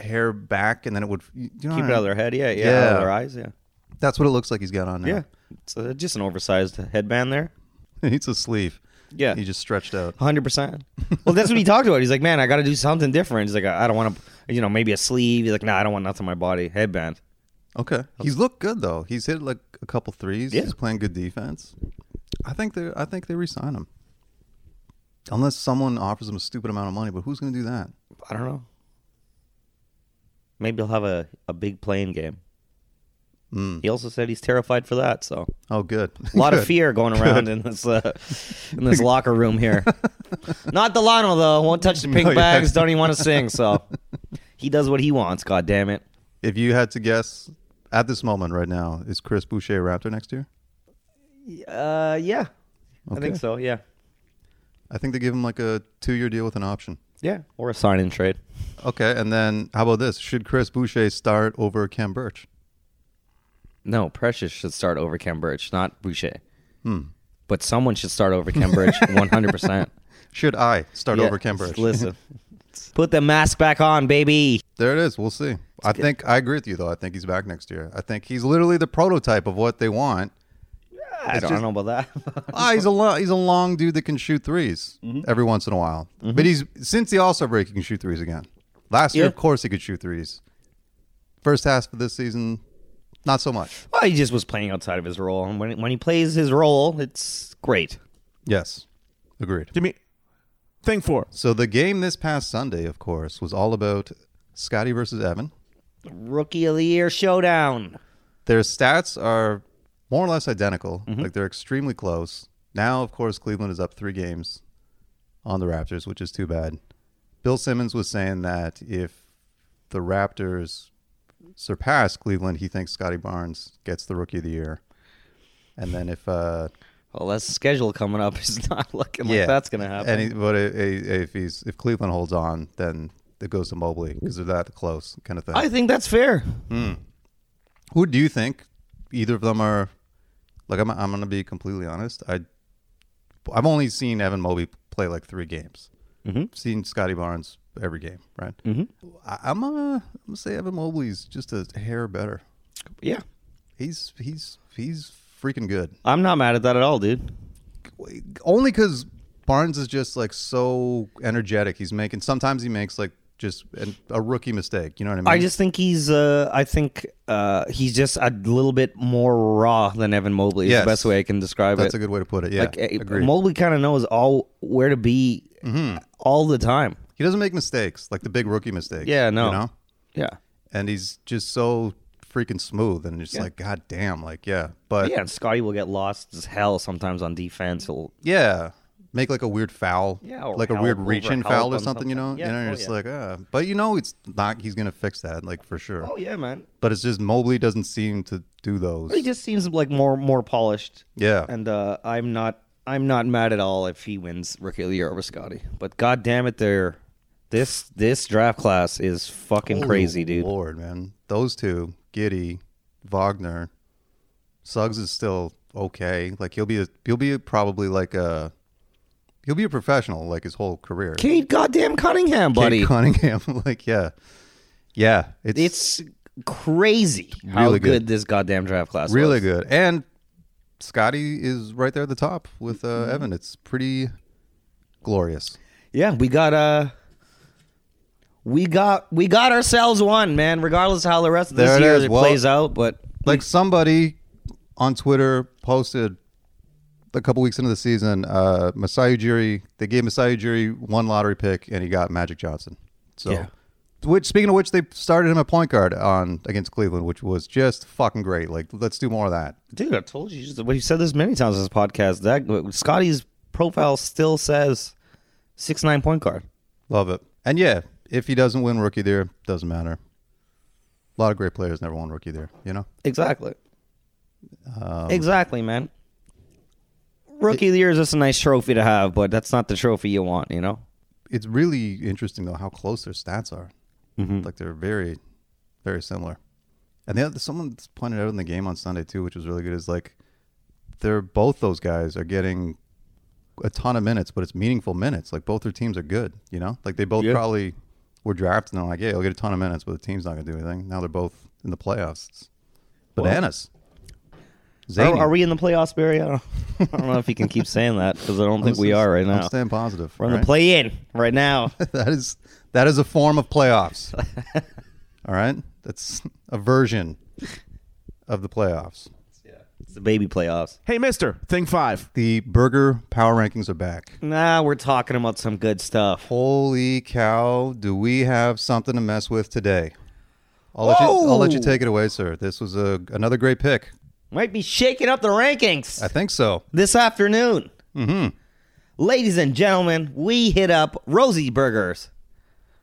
S2: hair back and then it would you know
S3: Keep
S2: what I-
S3: it out of their head. Yeah, yeah. Out
S2: Yeah.
S3: of their eyes. Yeah.
S2: That's what it looks like he's got on now.
S3: Yeah. It's uh, just an oversized headband there.
S2: it's a sleeve.
S3: Yeah.
S2: He just stretched out.
S3: 100%. Well, that's what he talked about. He's like, man, I got to do something different. He's like, I I don't want to, you know, maybe a sleeve. He's like, nah, I don't want nothing on my body. Headband.
S2: Okay. He's looked good though. He's hit like a couple threes.
S3: Yeah.
S2: He's playing good defense. I think they I think they resign him. Unless someone offers him a stupid amount of money, but who's gonna do that?
S3: I don't know. Maybe he'll have a, a big playing game. He also said he's terrified for that. So
S2: Oh good.
S3: a lot of
S2: Good.
S3: fear going around in this uh, in this locker room here. Not Delano though. Won't touch the pink
S2: No, yeah.
S3: bags. Don't even want to sing. So he does what he wants. God damn it.
S2: If you had to guess at this moment right now, is Chris Boucher a Raptor next year?
S3: Uh, yeah, I
S2: Okay.
S3: think so. Yeah,
S2: I think they give him like a two year deal with an option.
S3: yeah, or a sign in trade.
S2: Okay, and then how about this? Should Chris Boucher start over Cam Birch?
S3: No, Precious should start over Cam Birch, not Boucher.
S2: Hmm.
S3: But someone should start over Cam Birch, one hundred percent.
S2: Should I start over Cam Birch?
S3: Listen, put the mask back on, baby.
S2: There it is. We'll see. I think I agree with you though. I think he's back next year. I think he's literally the prototype of what they want.
S3: I don't know about that.
S2: Ah, he's a lo- he's a long dude that can shoot 3s every once in a while. But he's since the All Star break, he can shoot threes again. Last year,
S3: Yeah.
S2: of course, he could shoot threes. First half of this season, not so much.
S3: well, he just was playing outside of his role, and when when he plays his role, it's great.
S2: Yes, agreed.
S1: Give me thing for.
S2: So the game this past Sunday, of course, was all about Scotty versus Evan.
S3: Rookie of the Year showdown.
S2: Their stats are more or less identical.
S3: Mm-hmm.
S2: Like they're extremely close. Now, of course, Cleveland is up three games on the Raptors, which is too bad. Bill Simmons was saying that if the Raptors surpass Cleveland, he thinks Scotty Barnes gets the Rookie of the Year. And then if uh,
S3: Well, that schedule coming up is not looking like that's going to happen.
S2: And he, but i- i- if he's if Cleveland holds on, then it goes to Mobley because they're that close, kind of thing.
S3: I think that's fair.
S2: Who do you think either of them are? Like I'm, I'm gonna be completely honest. I, I've only seen Evan Mobley play like three games.
S3: Mm-hmm.
S2: I've seen Scotty Barnes every game, right? Mm-hmm. I, I'm gonna, I'm gonna say Evan Mobley's just a hair better.
S3: Yeah.
S2: He's he's he's freaking good.
S3: I'm not mad at that at all, dude.
S2: only because Barnes is just like so energetic. He's making sometimes he makes like just an, a rookie mistake. You know what I mean?
S3: I just think he's uh I think uh he's just a little bit more raw than Evan Mobley is
S2: Yes.
S3: the best way I can describe
S2: that's
S3: it.
S2: a good way to put it. Yeah,
S3: like eh,
S2: agreed. Mm-hmm.
S3: Mobley kind of knows all where to be all the time.
S2: he doesn't make mistakes like the big rookie mistake.
S3: Yeah, no.
S2: you know?
S3: Yeah.
S2: and he's just so freaking smooth and just like god damn, like yeah, but
S3: Yeah, and Scotty will get lost as hell sometimes on defense. He'll
S2: yeah, make like a weird foul,
S3: Yeah, or
S2: like a
S3: help
S2: weird
S3: over
S2: reach in
S3: help
S2: foul or
S3: on
S2: something. You know,
S3: something. Yeah,
S2: you know,
S3: oh,
S2: you're just
S3: yeah.
S2: like uh, but you know, it's not. He's gonna fix that like for sure.
S3: Oh yeah, man.
S2: But it's just Mobley doesn't seem to do those.
S3: He just seems like more more polished.
S2: Yeah.
S3: And uh I'm not I'm not mad at all if he wins Rookie of the Year over Scotty. But god damn it there this this draft class is fucking
S2: Holy
S3: crazy, dude.
S2: Lord, man, those two, Giddy, Wagner, Suggs is still okay. Like he'll be, a, he'll be probably like a, he'll be a professional like his whole career.
S3: Kate goddamn Cunningham,
S2: Cade
S3: buddy.
S2: Cunningham, like yeah, yeah, it's,
S3: it's crazy how
S2: Really
S3: good.
S2: good.
S3: this goddamn draft class
S2: really
S3: was.
S2: good. And Scotty is right there at the top with uh,
S3: Mm-hmm.
S2: Evan. It's pretty glorious.
S3: Yeah, we got uh we got we got ourselves one, man, regardless of how the rest of
S2: There
S3: this
S2: it
S3: year
S2: is.
S3: it
S2: Well-
S3: plays out, but
S2: like somebody on Twitter posted a couple weeks into the season, uh, Masai Ujiri, they gave Masai Ujiri one lottery pick and he got Magic Johnson. So,
S3: Yeah.
S2: which speaking of which, they started him at point guard on against Cleveland, which was just fucking great. Like, let's do more of that.
S3: Dude, I told you. We've said this many times on this podcast. That Scotty's profile still says six nine point guard.
S2: Love it. And yeah, if he doesn't win rookie there, doesn't matter. A lot of great players never won rookie there, you know?
S3: Exactly.
S2: Um,
S3: exactly, man. Rookie of the year is just a nice trophy to have, but that's not the trophy you want, you know.
S2: It's really interesting, though, how close their stats are.
S3: Mm-hmm.
S2: Like, they're very, very similar. And the other, someone pointed out in the game on Sunday too, which was really good, is like they're both those guys are getting a ton of minutes, but it's meaningful minutes. Like both their teams are good, you know? Like they both
S3: Yeah.
S2: probably were drafted and they're like, yeah, you'll get a ton of minutes, but the team's not gonna do anything. Now they're both in the playoffs. It's bananas.
S3: Are,
S2: Zany.
S3: are we in the playoffs, Barry? I don't, I don't know if you can keep saying that because I don't think
S2: This
S3: we
S2: is-
S3: are right now.
S2: I'm staying positive.
S3: We're in
S2: all
S3: the
S2: right?
S3: play in right now.
S2: that is that is a form of playoffs. all right? That's a version of the playoffs.
S3: it's the baby playoffs.
S1: Hey, Mister, thing five.
S2: The burger power rankings are back.
S3: Nah, we're talking about some good stuff.
S2: Holy cow, do we have something to mess with today? I'll let, you, I'll let you
S3: Whoa!
S2: take it away, sir. This was a, another great pick.
S3: Might be shaking up the rankings.
S2: I think so.
S3: this afternoon. Mm-hmm. Ladies and gentlemen, we hit up Rosie Burgers.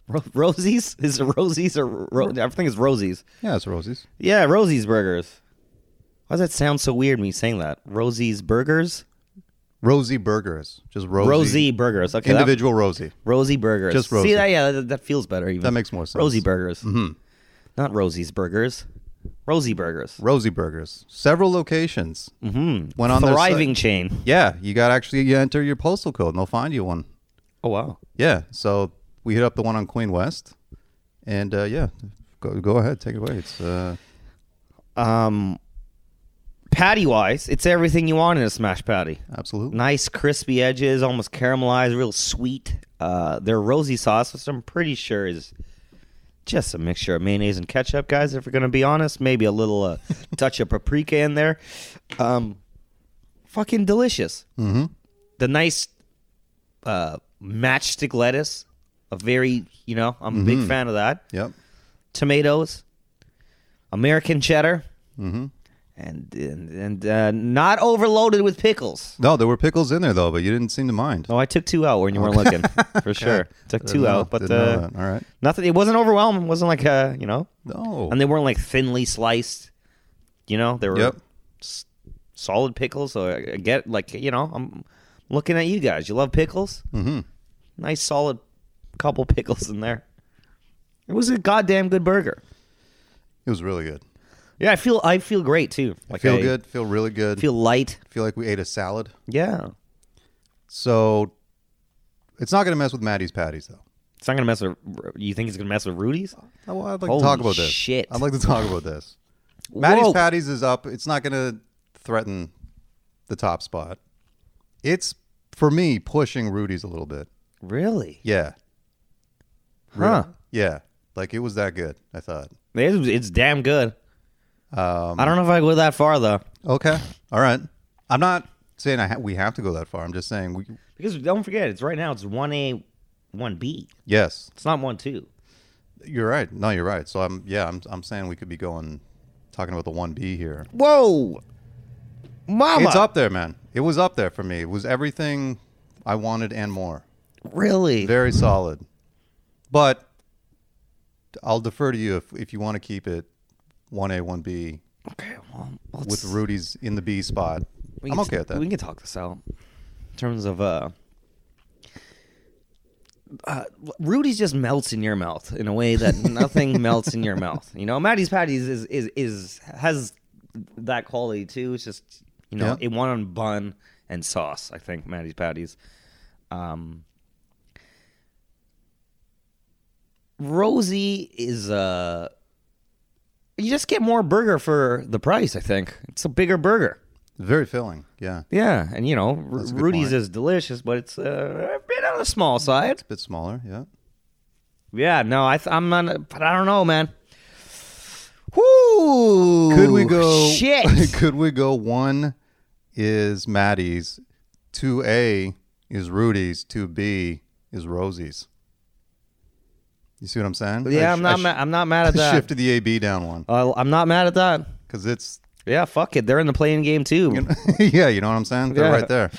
S3: Ro- Rosie's is it Rosie's or Ro- I think it's Rosie's.
S2: Yeah, it's Rosie's.
S3: Yeah, Rosie's Burgers. Why does that sound so weird? Me saying that Rosie's Burgers,
S2: Rosie Burgers. Just Rosie.
S3: Rosie Burgers. Okay, that-
S2: Individual Rosie.
S3: Rosie Burgers.
S2: Just Rosie.
S3: See that? Yeah, that, that feels better. Even
S2: That makes more sense.
S3: Rosie Burgers, mm-hmm. not Rosie's Burgers. Rosie Burgers,
S2: Rosie Burgers. Several locations. Mm-hmm. Went on their
S3: thriving
S2: site.
S3: chain.
S2: Yeah, you got to actually you enter your postal code and they'll find you one.
S3: Oh wow.
S2: Yeah, so we hit up the one on Queen West. And uh, yeah, go, go ahead, take it away. It's uh,
S3: Um, patty wise, it's everything you want in a smash patty.
S2: absolutely.
S3: Nice crispy edges, almost caramelized, real sweet. Uh, their rosy sauce, which I'm pretty sure is just a mixture of mayonnaise and ketchup, guys. If we're gonna be honest, maybe a little uh, touch of paprika in there. Um, fucking delicious. Mm-hmm. The nice uh, matchstick lettuce, a very you know I'm a big fan of that.
S2: Yep.
S3: Tomatoes, American cheddar, and and, and uh, not overloaded with pickles.
S2: No, there were pickles in there though, but you didn't seem to mind.
S3: No, I took two out when you weren't looking, for sure. Took two
S2: Didn't know-
S3: out, but
S2: didn't know
S3: uh,
S2: that. all right.
S3: nothing. It wasn't overwhelming. It wasn't like uh, you know,
S2: No.
S3: and they weren't like thinly sliced. You know, they were
S2: Yep.
S3: s- solid pickles. So I I get like you know, I'm looking at you guys. You love pickles. Mm-hmm. Nice solid couple pickles in there. It was a goddamn good burger.
S2: it was really good.
S3: Yeah, I feel I feel great too. Like
S2: feel
S3: I
S2: good. Feel really good. Feel,
S3: Feel light.
S2: like we ate a salad.
S3: Yeah,
S2: So it's not going to mess with Maddie's patties though.
S3: it's not gonna mess with. You think it's gonna mess with Rudy's?
S2: I, would like
S3: Holy
S2: to talk about this.
S3: shit.
S2: I'd like to talk about this. Maddie's
S3: Whoa.
S2: patties is up. It's not going to threaten the top spot. It's for me pushing Rudy's a little bit.
S3: Really?
S2: Yeah.
S3: Huh?
S2: Yeah. Like it was that good. I thought.
S3: It's, it's damn good. I don't know if I go that far though,
S2: Okay. All right. I'm not saying I ha- we have to go that far. I'm just saying we.
S3: because don't forget, it's right now. It's one A, one B.
S2: Yes,
S3: It's not one two.
S2: you're right. No, you're right. So I'm. Yeah, I'm. I'm saying we could be going, talking about the one B here.
S3: Whoa, mama!
S2: It's up there, man. It was up there for me. It was everything I wanted and more.
S3: Really?
S2: Very solid. But I'll defer to you if if you want to keep it one A one B
S3: okay. Well, let's-
S2: with Rudy's in the B spot.
S3: we
S2: I'm
S3: can-
S2: okay with that.
S3: We can talk this out in terms of uh, uh, Rudy's just melts in your mouth in a way that nothing melts in your mouth. You know, Maddie's Patties is is is has that quality too. It's just you know
S2: Yeah.
S3: it won on bun and sauce. I think Maddie's Patties. Um, Rosie is uh you just get more burger for the price, I think. It's a bigger burger.
S2: Very filling. Yeah.
S3: Yeah, and you know, Ru-
S2: a good
S3: Rudy's
S2: point.
S3: is delicious, but it's uh, a bit on the small side.
S2: Bit smaller. Yeah.
S3: Yeah, no, I th- I'm not, but I don't know, man. Whoo!
S2: Could we go?
S3: Shit!
S2: could we go? One is Maddie's. Two A is Rudy's. Two B is Rosie's. You see what I'm saying?
S3: yeah,
S2: I
S3: I'm
S2: sh-
S3: not.
S2: I sh-
S3: ma- I'm not mad at that.
S2: Shifted the AB down one
S3: Uh, I'm not mad at that.
S2: because it's
S3: Yeah, fuck it. They're in the playing game too.
S2: yeah. You know what I'm saying? They're
S3: Yeah.
S2: right there.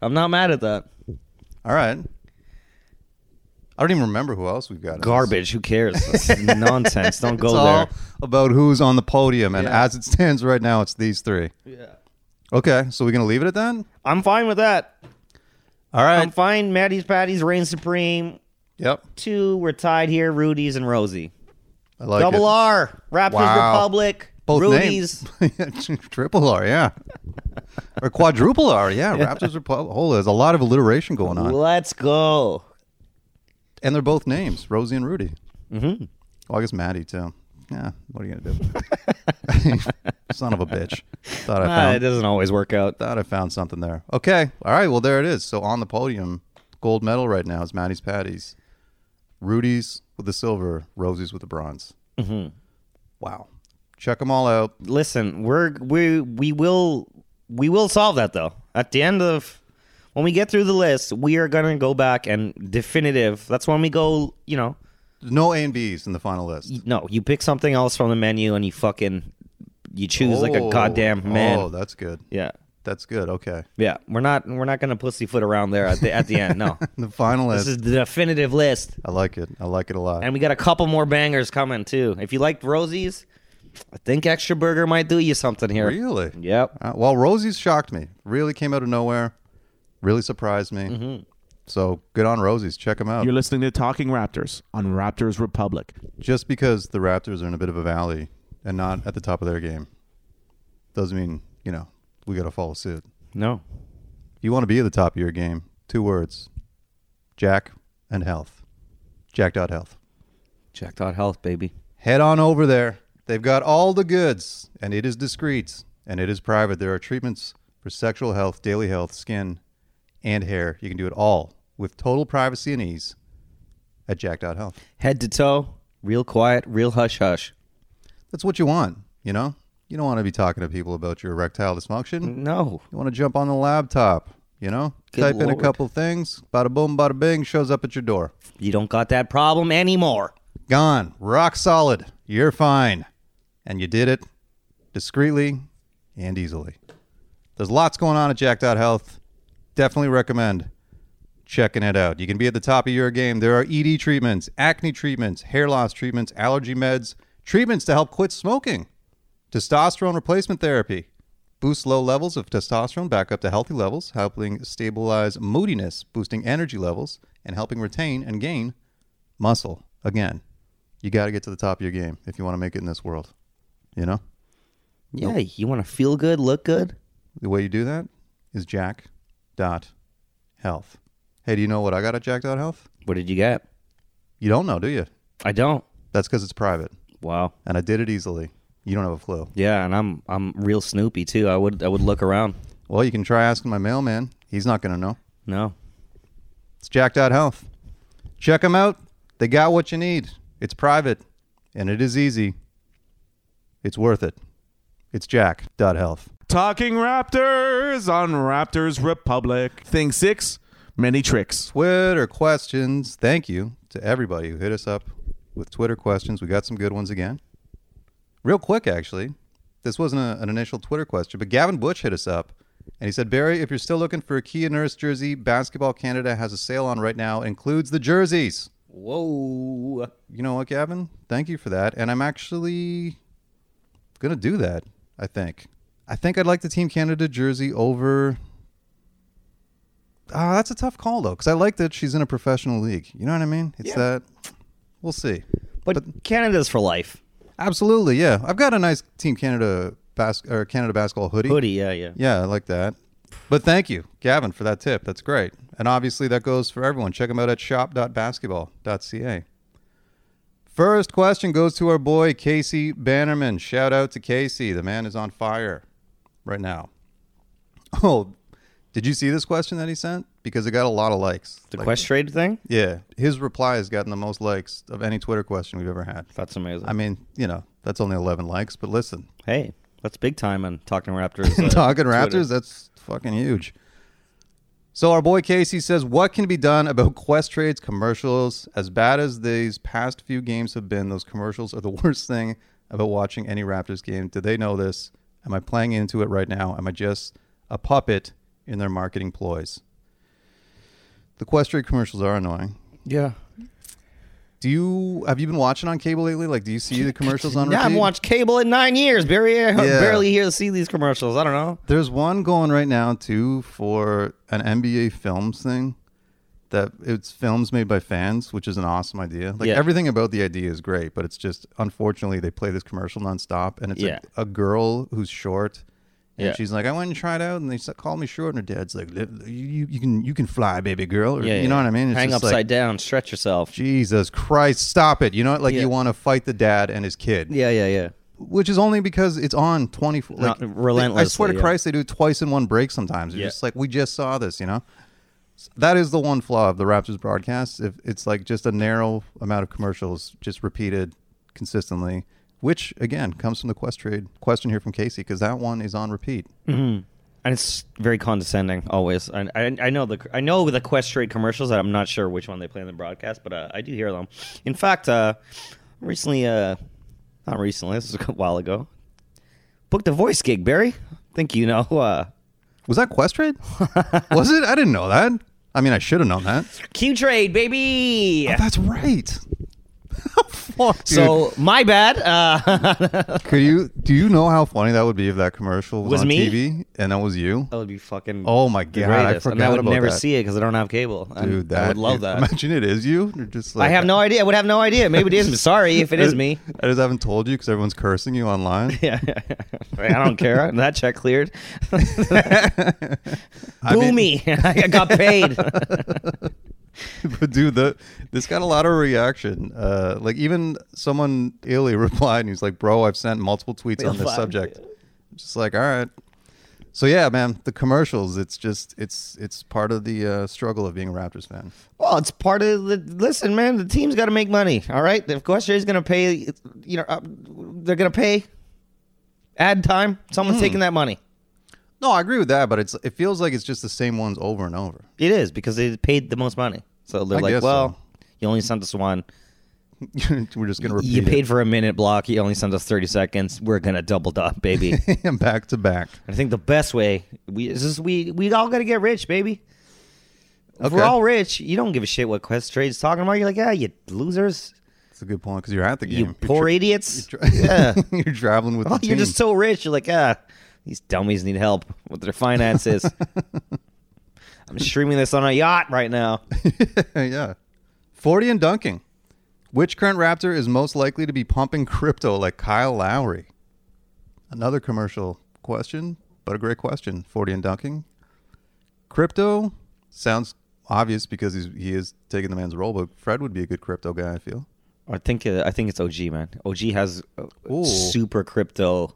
S3: I'm not mad at that.
S2: All right. I don't even remember who else we've got. in this.
S3: Garbage. Who cares? It's nonsense. Don't
S2: It's
S3: go
S2: all
S3: there.
S2: about who's on the podium, and
S3: Yeah.
S2: as it stands right now, it's these three.
S3: Yeah.
S2: Okay, so we're gonna leave it at that.
S3: I'm fine with that.
S2: All right.
S3: I'm fine. Maddie's Patties reign supreme.
S2: yep.
S3: Two, we're tied here. Rudy's and Rosie.
S2: I like
S3: Double
S2: it.
S3: R. Raptors
S2: Wow.
S3: Republic.
S2: Both
S3: Rudy's.
S2: names. Yeah, Triple R, yeah. or quadruple R, yeah. Raptors Republic. Hold on, there's a lot of alliteration going on.
S3: Let's go.
S2: And they're both names, Rosie and Rudy. Mm-hmm. Well, I guess Maddie, too. Yeah, what are you going to do? Son of a bitch. Thought I,
S3: Ah, it
S2: found,
S3: doesn't always work out.
S2: thought I found something there. Okay, all right, well, there it is. So on the podium, gold medal right now is Maddie's Patties. Rudy's with the silver, Rosie's with the bronze. Mm-hmm. Wow. Check them all out.
S3: Listen, we're we we will we will solve that though. At the end of when we get through the list, we are gonna go back and definitive. That's when we go. You know,
S2: No A and B's in the final list.
S3: no, you pick something else from the menu and you fucking you choose like a
S2: Oh,
S3: goddamn man.
S2: Oh, that's good.
S3: Yeah,
S2: That's good. Okay.
S3: yeah. We're not we're not gonna pussyfoot around there at the at the end. No,
S2: The final
S3: this
S2: list.
S3: is the definitive list.
S2: I like it. I like it a lot.
S3: And we got a couple more bangers coming too. If you liked Rosie's, I think Extra Burger might do you something here.
S2: Really?
S3: Yep.
S2: Uh, well, Rosie's shocked me. Really came out of nowhere. Really surprised me.
S3: Mm-hmm.
S2: So good on Rosie's. Check them out.
S1: You're listening to Talking Raptors on Raptors Republic.
S2: Just because the Raptors are in a bit of a valley and not at the top of their game doesn't mean, you know, we got to follow suit.
S3: No.
S2: You want to be at the top of your game. Two words Jack and health. Jack.health.
S3: Jack Dot Health, baby.
S2: head on over there. They've got all the goods, and it is discreet and it is private. There are treatments for sexual health, daily health, skin, and hair. You can do it all with total privacy and ease at Jack.health.
S3: Head to toe, real quiet, real hush hush.
S2: That's what you want, you know? You don't want to be talking to people about your erectile dysfunction.
S3: No.
S2: You want to jump on the laptop You know,
S3: Mm. Good
S2: type in a
S3: lord.
S2: couple things, bada boom, bada bing, shows up at your door.
S3: You don't got that problem anymore.
S2: Gone, rock solid. You're fine, and you did it discreetly and easily. There's lots going on at Jack Dot Health. Definitely recommend checking it out. You can be at the top of your game. There are ED treatments, acne treatments, hair loss treatments, allergy meds, treatments to help quit smoking, testosterone replacement therapy, boosts low levels of testosterone back up to healthy levels, helping stabilize moodiness, boosting energy levels, and helping retain and gain muscle. Again, you got to get to the top of your game if you want to make it in this world. You know,
S3: Yeah, you want to feel good, look good.
S2: the way you do that is Jack. Dot. Health. Hey, do you know what I got at Jack. Dot Health?
S3: What did you get?
S2: You don't know, do you?
S3: I don't.
S2: That's because it's private,
S3: Wow.
S2: and I did it easily. You don't have a clue.
S3: Yeah, and I'm I'm real snoopy too. I would I would look around.
S2: Well, you can try asking my mailman. He's not going to know.
S3: No.
S2: It's Jack.Health. Check them out. They got what you need. It's private, and it is easy. It's worth it. It's Jack.Health.
S1: Talking Raptors on Raptors Republic. Thing six, many tricks.
S2: Twitter questions. Thank you to everybody who hit us up with Twitter questions. We got some good ones again. Real quick, actually. This wasn't a, an initial Twitter question, but Gavin Butch hit us up and he said, Barry, if you're still looking for a Kia Nurse jersey, Basketball Canada has a sale on right now, includes the jerseys.
S3: Whoa.
S2: You know what, Gavin? Thank you for that. And I'm actually going to do that, I think. I think I'd like the Team Canada jersey over. Ah, that's a tough call, though, because I like that she's in a professional league. You know what I mean? It's that. We'll see.
S3: But, Canada's for life.
S2: Absolutely, yeah. I've got a nice Team Canada bas- or Canada basketball hoodie.
S3: Hoodie, yeah, yeah.
S2: Yeah, I like that. But thank you, Gavin, for that tip. That's great. And obviously, that goes for everyone. Check them out at shop.basketball.ca. First question goes to our boy, Casey Bannerman. Shout out to Casey. The man is on fire right now. Oh, did you see this question that he sent? Because it got a lot of likes.
S3: The
S2: Like,
S3: quest trade thing?
S2: Yeah. His reply has gotten the most likes of any Twitter question we've ever had.
S3: That's amazing.
S2: I mean, you know, that's only 11 likes, but listen,
S3: hey, that's big time on Talking Raptors. uh,
S2: Talking
S3: Twitter.
S2: Raptors, that's fucking huge. So our boy Casey says, "What can be done about Quest Trades commercials? As bad as these past few games have been, those commercials are the worst thing about watching any Raptors game. Do they know this? Am I playing into it right now? Am I just a puppet in their marketing ploys?" The Quest Trade commercials are annoying.
S3: Yeah.
S2: Do you have you been watching on cable lately? Like, do you see the commercials on?
S3: Yeah, I haven't
S2: repeat?
S3: watched cable in nine years. Barely,
S2: Yeah.
S3: barely here to see these commercials. I don't know.
S2: There's one going right now too for an NBA films thing that it's films made by fans, which is an awesome idea. Like
S3: Yeah.
S2: everything about the idea is great, but it's just unfortunately they play this commercial nonstop, and it's
S3: Yeah.
S2: a, a girl who's short. And
S3: Yeah.
S2: she's like, I went and tried out, and they s- called me short. And her dad's like, "Li- li- "You, you can, you can fly, baby girl." Or,
S3: Yeah,
S2: you
S3: yeah.
S2: know what I mean? It's
S3: Hang
S2: just
S3: upside
S2: like,
S3: down, stretch yourself.
S2: Jesus Christ, stop it! You know, like
S3: Yeah.
S2: you want to fight the dad and his kid
S3: Yeah, yeah, yeah.
S2: which is only because it's on 24
S3: Not
S2: like they- i swear
S3: relentlessly,
S2: to
S3: yeah.
S2: christ they do it twice in one break sometimes it's
S3: Yeah.
S2: just like we just saw this you know S- that is the one flaw of the raptors broadcast if it's like just a narrow amount of commercials just repeated consistently which again comes from the quest trade question here from casey because that one is on repeat
S3: And it's very condescending always. I, I, I know the I know the Quest Trade commercials. That I'm not sure which one they play in the broadcast, but uh, I do hear them. In fact, uh, recently, uh, not recently, this was a while ago, booked a voice gig. Barry, think you know? Uh,
S2: was that quest trade was it i didn't know that i mean i should have known that Oh,
S3: Q Trade, baby.
S2: that's right Fuck, dude.
S3: so my bad. Uh,
S2: could you do you know how funny that would be if that commercial was,
S3: Was
S2: on
S3: me?
S2: TV and that was you?
S3: that would be fucking.
S2: Oh my
S3: the
S2: God, I
S3: greatest. and I
S2: forgot
S3: would
S2: about
S3: never
S2: that.
S3: see it because I don't have cable. And
S2: Dude, that
S3: I would love that.
S2: Imagine it is you. You're just like
S3: I have no idea. I would have no idea. Maybe it is me. Sorry if it is me.
S2: I just haven't told you because everyone's cursing you online.
S3: Yeah, I don't care. That check cleared.
S2: I mean-
S3: Boomy, I got paid.
S2: but dude, the this got a lot of reaction. Uh, like even someone illy replied and he's like, "Bro, I've sent multiple tweets on this
S3: Replied.
S2: subject." I'm just like, all right. So yeah, man, the commercials. It's just it's it's part of the uh, struggle of being a Raptors fan.
S3: well, it's part of the. Listen, man, the team's got to make money. All right, if Question is going to pay,
S2: Hmm.
S3: you know, uh, they're going to pay. Ad time. Someone's taking that money.
S2: No, I agree with that, but it's it feels like it's just the same ones over and over.
S3: It is because they paid the most money. So they're
S2: I
S3: like,
S2: guess
S3: well,
S2: so.
S3: you only sent us one.
S2: We're just gonna repeat
S3: You
S2: it.
S3: paid for a minute block. You only sent us 30 seconds. We're going to double up, baby.
S2: back to back.
S3: I think the best way we is just we we all got to get rich, baby. If
S2: Okay.
S3: we're all rich, you don't give a shit what Quest Trade's talking about. You're like, ah, you losers,
S2: It's a good point because you're at the game.
S3: you poor idiots.
S2: You're, tra-
S3: yeah.
S2: you're traveling with
S3: Oh,
S2: the
S3: you're
S2: team.
S3: just so rich. You're like, ah, these dummies need help with their finances. I'm streaming this on a yacht right now.
S2: yeah. 40 and dunking. Which current Raptor is most likely to be pumping crypto like Kyle Lowry? Another commercial question, but a great question. 40 and dunking. Crypto sounds obvious because he's, he is taking the man's role, but Fred would be a good crypto guy, I feel.
S3: I think uh, I think it's OG man. OG has uh,
S2: Ooh.
S3: super crypto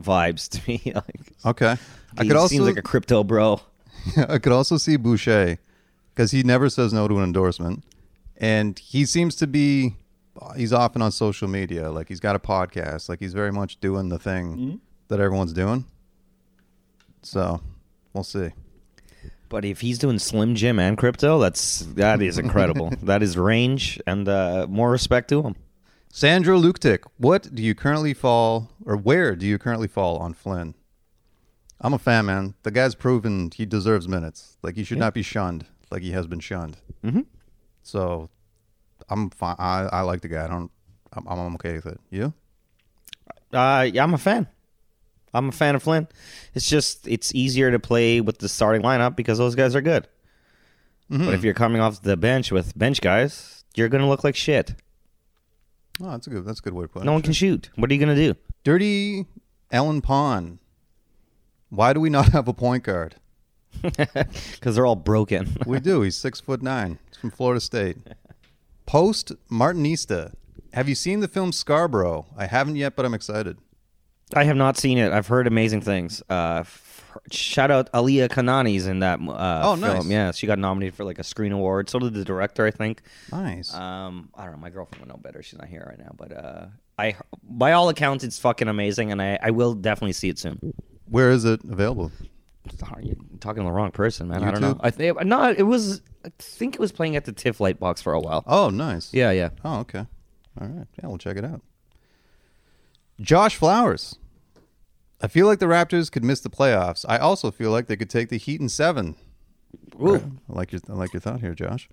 S3: vibes to me. like,
S2: Okay. I
S3: he
S2: could also
S3: seems like a crypto bro.
S2: I could also see Boucher because he never says no to an endorsement, and he seems to be he's often on social media. Like he's got a podcast. Like he's very much doing the thing that everyone's doing. So we'll see.
S3: But if he's doing Slim Jim and crypto, that's that is incredible. that is range and uh, more respect to him.
S2: Sandra Luktik, what do you currently fall or where do you currently fall on Flynn? I'm a fan, man. The guy's proven he deserves minutes. Like he should not be shunned, like he has been shunned. Mm-hmm. So, I'm fine. I, I like the guy. I don't. I'm, I'm okay with it. You?
S3: Uh, yeah, I'm a fan. I'm a fan of Flynn. It's just it's easier to play with the starting lineup because those guys are good. But if you're coming off the bench with bench guys, you're gonna look like shit.
S2: Oh, that's a good. That's a good way to put it.
S3: No one can shoot. What are you gonna do?
S2: Dirty Ellen Pond. Why do we not have a point guard?
S3: Because they're all broken.
S2: We do. He's six foot nine. He's from Florida State. Post Martinista. Have you seen the film Scarborough? I haven't yet, but I'm excited.
S3: I have not seen it. I've heard amazing things. Uh, f- shout out Aliyah Kanani's in that uh,
S2: Oh,
S3: film.
S2: nice.
S3: Yeah, she got nominated for like a screen award. So did the director, I think.
S2: Nice.
S3: Um, I don't know. My girlfriend would know better. She's not here right now, but uh, I, by all accounts, it's fucking amazing, and I, I will definitely see it soon.
S2: Where is it available?
S3: You're talking to the wrong person, man. I don't
S2: YouTube?
S3: know. I think no, it was. I think it was playing at the TIFF light box for a while.
S2: Oh, nice.
S3: Yeah, yeah.
S2: Oh, okay. All right. Yeah, we'll check it out. Josh Flowers. I feel like the Raptors could miss the playoffs. I also feel like they could take the Heat in seven.
S3: Ooh.
S2: I like your I like your thought here, Josh.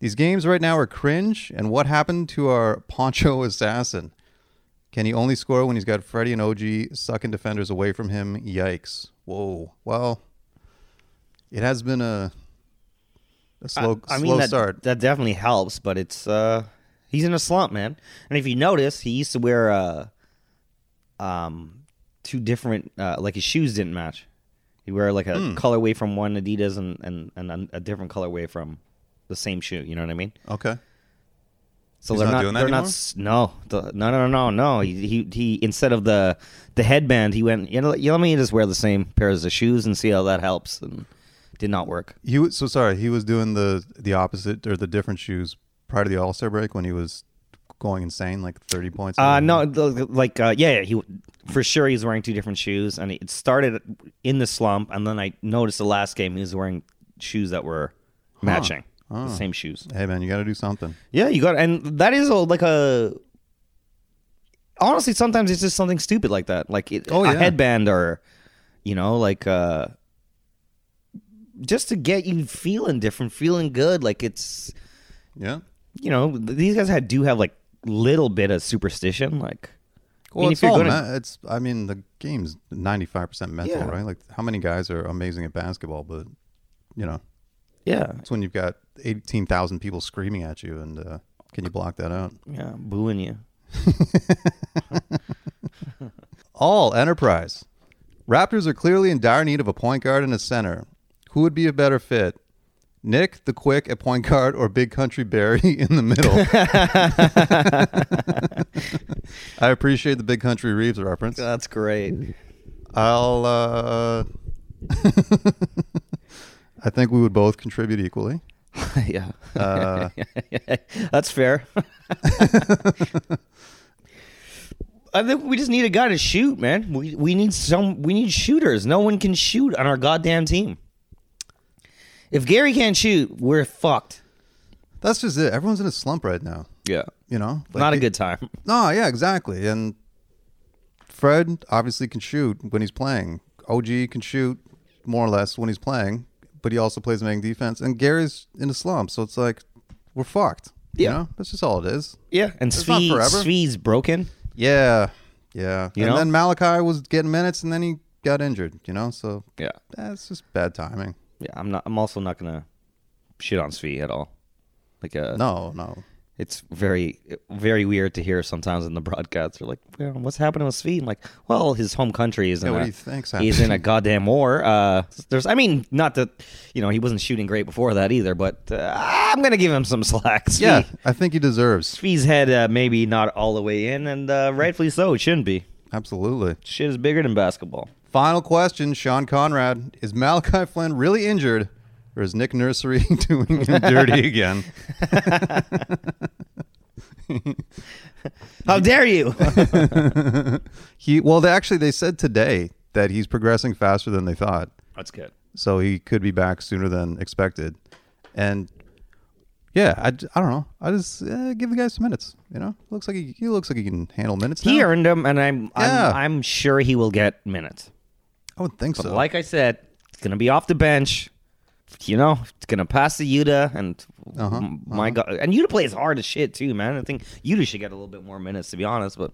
S2: These games right now are cringe. And what happened to our Poncho assassin? Can he only score when he's got Freddie and OG sucking defenders away from him? Yikes! Whoa. Well, it has been a a slow
S3: I mean,
S2: slow
S3: that,
S2: start.
S3: That definitely helps, but it's uh he's in a slump, man. And if you notice, he used to wear uh um two different uh like his shoes didn't match. He wear like a
S2: Hmm.
S3: colorway from one Adidas and and and a different colorway from the same shoe. You know what I mean?
S2: okay.
S3: So
S2: He's
S3: they're
S2: not
S3: not,
S2: doing that
S3: they're
S2: anymore?
S3: not s- no the, no no no no he, he he instead of the the headband he went you know you know, let me just wear the same pairs of shoes and see how that helps and did not work.
S2: He was so sorry. He was doing the the opposite or the different shoes prior to the All Star break when he was going insane, like thirty points.
S3: Uh, no, the- like uh, yeah, yeah, he for sure he's wearing two different shoes, and it started in the slump, and then I noticed the last game he was wearing shoes that were matching, the same shoes.
S2: Hey man, you got to do something.
S3: Yeah, you got, and that is a, like a. Honestly, sometimes it's just something stupid like that, like it,
S2: Oh,
S3: a
S2: yeah.
S3: headband or, you know, like uh, just to get you feeling different, feeling good. Like it's
S2: Yeah.
S3: you know th- these guys had, do have like little bit of superstition, like.
S2: Well,
S3: mean,
S2: it's
S3: if you're
S2: all
S3: gonna-
S2: ma- it's. I mean, the game's ninety five percent mental,
S3: Yeah.
S2: right? Like, how many guys are amazing at basketball? But you know,
S3: Yeah,
S2: it's when you've got eighteen thousand people screaming at you, and uh, can you block that out?
S3: Yeah, booing you.
S2: All enterprise. Raptors are clearly in dire need of a point guard and a center. Who would be a better fit? Nick the Quick at point guard or Big Country Barry in the middle? I appreciate the Big Country Reeves reference.
S3: That's great.
S2: I'll. Uh, I think we would both contribute equally.
S3: yeah. Uh, That's fair. I think we just need a guy to shoot, man. We we need some. We need shooters. No one can shoot on our goddamn team. If Gary can't shoot, we're fucked.
S2: That's just it. Everyone's in a slump right now.
S3: Yeah,
S2: You know, Like,
S3: not a
S2: the-
S3: good time.
S2: No, yeah, exactly. And Fred obviously can shoot when he's playing. OG can shoot more or less when he's playing, but he also plays amazing defense. And Gary's in the slump, so it's like we're fucked.
S3: Yeah.
S2: you know? that's just all it is.
S3: Yeah, and
S2: It's not
S3: Svi,
S2: forever.
S3: Svi's broken.
S2: Yeah, yeah.
S3: You
S2: and
S3: know?
S2: then Malachi was getting minutes, and then he got injured. You know, so
S3: Yeah,
S2: that's just bad timing.
S3: yeah. I'm not. I'm also not gonna shit on Svi at all. Like, uh,
S2: No, no.
S3: it's very, very weird to hear sometimes in the broadcasts. They're like, well, "What's happening with Svi?" I'm like, "Well, his home country is in
S2: Yeah, what
S3: a,
S2: do you think's
S3: he's in a
S2: happening?
S3: goddamn war." Uh, there's, I mean, not that you know he wasn't shooting great before that either, but uh, I'm gonna give him some slack. Svi,
S2: Yeah, I think he deserves
S3: Svi's head uh, maybe not all the way in, and uh, rightfully so. It shouldn't be.
S2: absolutely.
S3: Shit is bigger than basketball.
S2: Final question, Sean Conrad. Is Malachi Flynn really injured, or is Nick Nursery doing him dirty again?
S3: How dare you?
S2: He well, they actually they said today that he's progressing faster than they thought,
S3: That's good.
S2: so he could be back sooner than expected. And yeah, I, j- I don't know. I just uh, give the guy some minutes. You know, looks like he, he looks like he can handle minutes.
S3: He
S2: now.
S3: earned them, and I'm
S2: Yeah.
S3: I'm, I'm sure he will get minutes.
S2: I would think so.
S3: Like I said, it's gonna be off the bench. You know, it's gonna pass to Yuta, and m- my God, and Yuta plays hard as shit too, man. I think Yuta should get a little bit more minutes, to be honest. But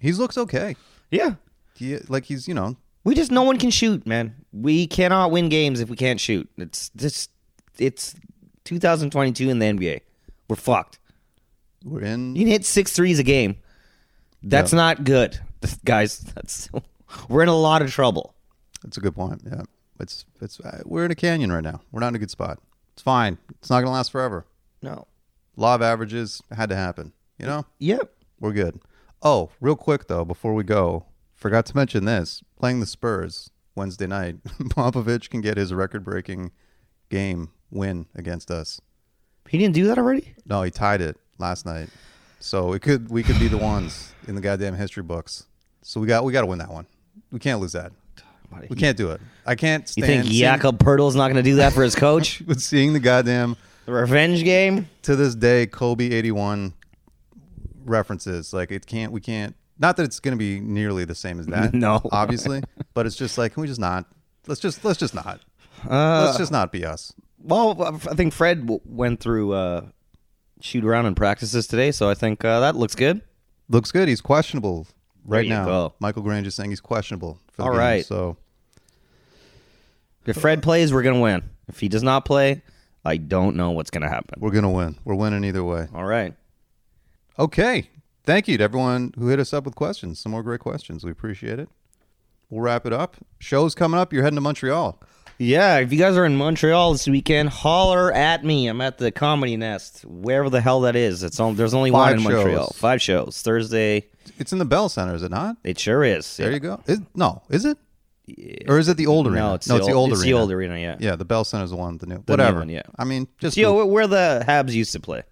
S2: he's looks okay.
S3: yeah,
S2: He like he's you know
S3: we just no one can shoot, man. We cannot win games if we can't shoot. It's just it's 2022 in the NBA. We're fucked.
S2: we're in.
S3: You can hit six threes a game. That's not good, guys. That's we're in a lot of trouble.
S2: That's a good point. Yeah, it's it's uh, we're in a canyon right now. We're not in a good spot. It's fine. It's not gonna last forever.
S3: No.
S2: Law of averages had to happen. You know.
S3: Yep.
S2: We're good. Oh, real quick though, before we go, forgot to mention this: playing the Spurs Wednesday night, Popovich can get his record-breaking game win against us.
S3: He didn't do that already.
S2: No, he tied it last night, so it could we could be the ones in the goddamn history books. So we got we got to win that one. We can't lose that. We can't do it. I can't
S3: You
S2: stand
S3: think
S2: seeing-
S3: Jakob Pertl's not going to do that for his coach?
S2: with seeing the goddamn
S3: the revenge game?
S2: to this day Kobe 81 references like it can't we can't not that it's going to be nearly the same as that
S3: No.
S2: obviously but it's just like can we just not let's just let's just not
S3: Uh,
S2: let's just not be us
S3: Well, I think Fred w- went through uh, shoot around and practices today, so I think uh, that looks good.
S2: looks good he's questionable right
S3: you
S2: now
S3: go.
S2: Michael Grange is saying he's questionable for the
S3: All
S2: game,
S3: right.
S2: so
S3: If Fred plays, we're going to win. If he does not play, I don't know what's going to happen.
S2: we're gonna win we're winning either way
S3: All right.
S2: okay thank you to everyone who hit us up with questions some more great questions we appreciate it we'll wrap it up show's coming up you're heading to Montreal
S3: Yeah, if you guys are in Montreal this weekend, holler at me. I'm at the Comedy Nest, wherever the hell that is. It's on, there's only
S2: Five
S3: one in Montreal.
S2: shows.
S3: Five shows Thursday.
S2: it's in the Bell Center is it not
S3: It sure is.
S2: There you go. Is, no, is it? Or is it the old arena?
S3: No, it's, the, old, it's the old arena. Yeah,
S2: Yeah, the Bell Center's the one, the new.
S3: new
S2: whatever.
S3: one, yeah.
S2: I mean, just
S3: See, where- where the Habs used to play.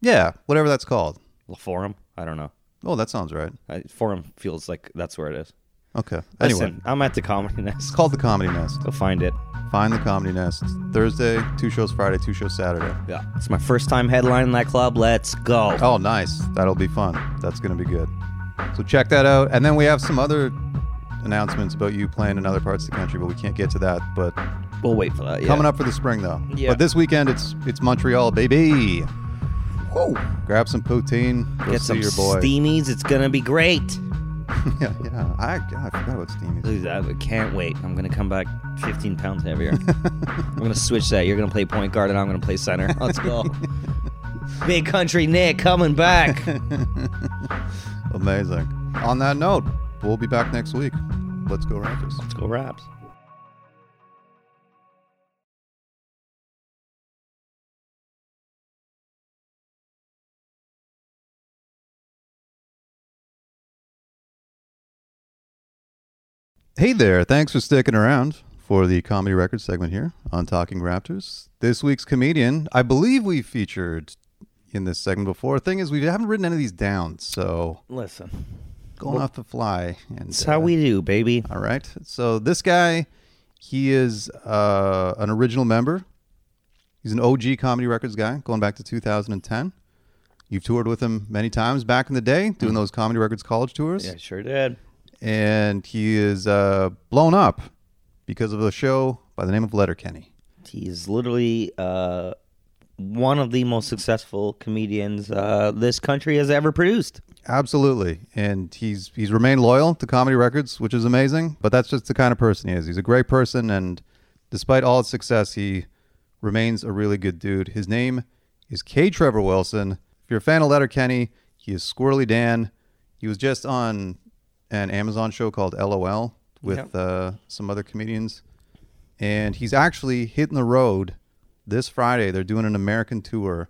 S2: yeah, whatever that's called.
S3: Well, Forum? I don't know.
S2: Oh, that sounds right.
S3: I, forum feels like that's where it is.
S2: Okay.
S3: Listen,
S2: Anyway,
S3: I'm at the Comedy
S2: it's
S3: Nest.
S2: called the Comedy Nest.
S3: Go find it.
S2: Find the Comedy Nest. Thursday, two shows Friday, two shows Saturday.
S3: Yeah, it's my first time headlining that club. Let's go.
S2: Oh, nice. That'll be fun. That's gonna be good. So check that out. And then we have some other announcements about you playing in other parts of the country, but we can't get to that. But
S3: We'll wait for that. Yeah.
S2: coming up for the spring though.
S3: Yeah.
S2: But this weekend it's it's Montreal, baby.
S3: Whoa.
S2: Grab some poutine. Go
S3: Get
S2: see
S3: some
S2: your boy.
S3: steamies. It's gonna be great.
S2: Yeah, yeah. I, I forgot about Steam.
S3: Dude, I can't wait. I'm gonna come back 15 pounds heavier. I'm gonna switch that. You're gonna play point guard, and I'm gonna play center. Let's go. Big country Nick coming back.
S2: Amazing. On that note, we'll be back next week. Let's go Raptors.
S3: Let's go, Raps.
S2: Hey there. Thanks for sticking around for the comedy record segment here on Talking Raptors. This week's comedian, I believe we featured in this segment before. Thing is, we haven't written any of these down, so
S3: Listen,
S2: going off the fly. And
S3: that's how we do, baby.
S2: All right. So this guy, he is uh, an original member. He's an OG comedy records guy, going back to 2010. You've toured with him many times back in the day, doing those comedy records college tours,
S3: Yeah, sure did.
S2: and he is uh, blown up because of a show by the name of Letterkenny.
S3: He's literally uh, one of the most successful comedians uh, this country has ever produced.
S2: Absolutely, and he's he's remained loyal to Comedy Records, which is amazing. But that's just the kind of person he is. He's a great person, and despite all his success, he remains a really good dude. His name is K. Trevor Wilson. If you're a fan of Letterkenny, he is Squirrely Dan. He was just on an Amazon show called LOL with
S3: Yep.
S2: uh, some other comedians, and he's actually hitting the road this Friday. They're doing an American tour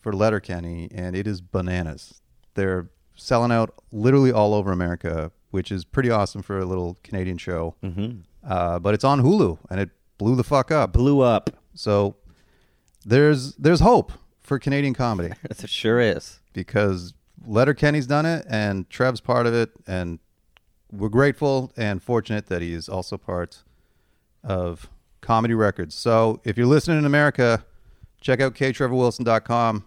S2: for Letterkenny, and it is bananas. They're selling out literally all over America, which is pretty awesome for a little Canadian show. Mm-hmm. Uh, but it's on Hulu, and it blew the fuck up.
S3: Blew up.
S2: So there's there's hope for Canadian comedy
S3: It sure is.
S2: because Letterkenny's done it, and Trev's part of it, and we're grateful and fortunate that he is also part of Comedy Records. So if you're listening in America, check out ktrevorwilson.com.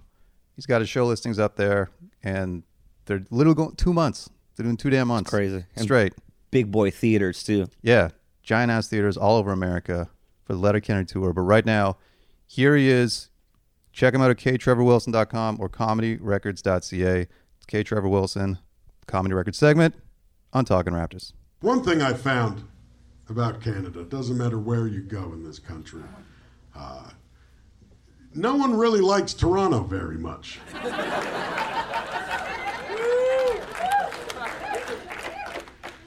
S2: He's got his show listings up there, and they're literally going two months. They're doing two damn months.
S3: crazy. And-
S2: Straight.
S3: Big boy theaters too.
S2: Yeah, giant ass theaters all over America for the Letterkenny tour. But right now, here he is. Check him out at ktrevorwilson.com or comedyrecords.ca. It's K. Trevor Wilson, Comedy Records segment on Talking Raptors.
S4: One thing I found about Canada, it doesn't matter where you go in this country, uh, no one really likes Toronto very much.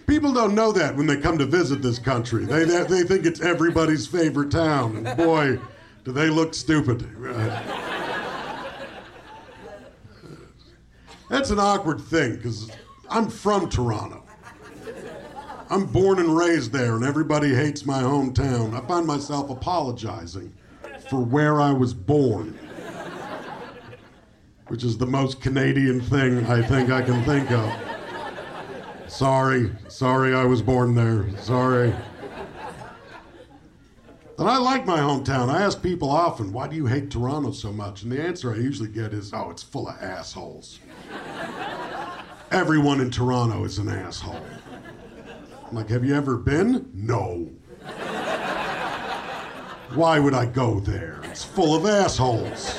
S4: People don't know that when they come to visit this country. They, they, they think it's everybody's favorite town, and boy, do they look stupid. Uh, that's an awkward thing, because I'm from Toronto. I'm born and raised there, and everybody hates my hometown. I find myself apologizing for where I was born, which is the most Canadian thing I think I can think of. Sorry, sorry I was born there, sorry. And I like my hometown. I ask people often, why do you hate Toronto so much? And the answer I usually get is, oh, it's full of assholes. Everyone in Toronto is an asshole. I'm like, have you ever been? No. Why would I go there? It's full of assholes.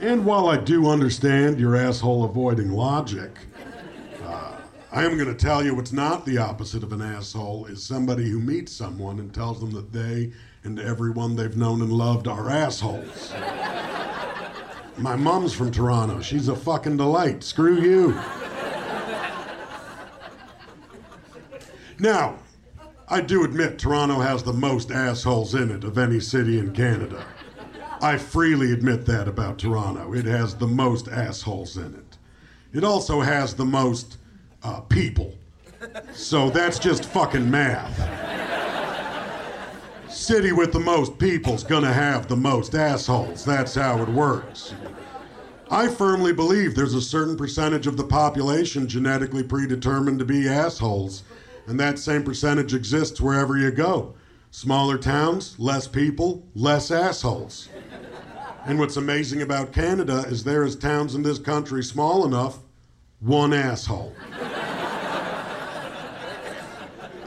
S4: And while I do understand your asshole avoiding logic, uh, I am going to tell you what's not the opposite of an asshole is somebody who meets someone and tells them that they and everyone they've known and loved are assholes. My mom's from Toronto. She's a fucking delight. Screw you. Now, I do admit Toronto has the most assholes in it of any city in Canada. I freely admit that about Toronto. It has the most assholes in it. It also has the most uh, people. So that's just fucking math. City with the most people's gonna have the most assholes. That's how it works. I firmly believe there's a certain percentage of the population genetically predetermined to be assholes, and that same percentage exists wherever you go. Smaller towns, less people, less assholes. And what's amazing about Canada is there is towns in this country small enough, one asshole.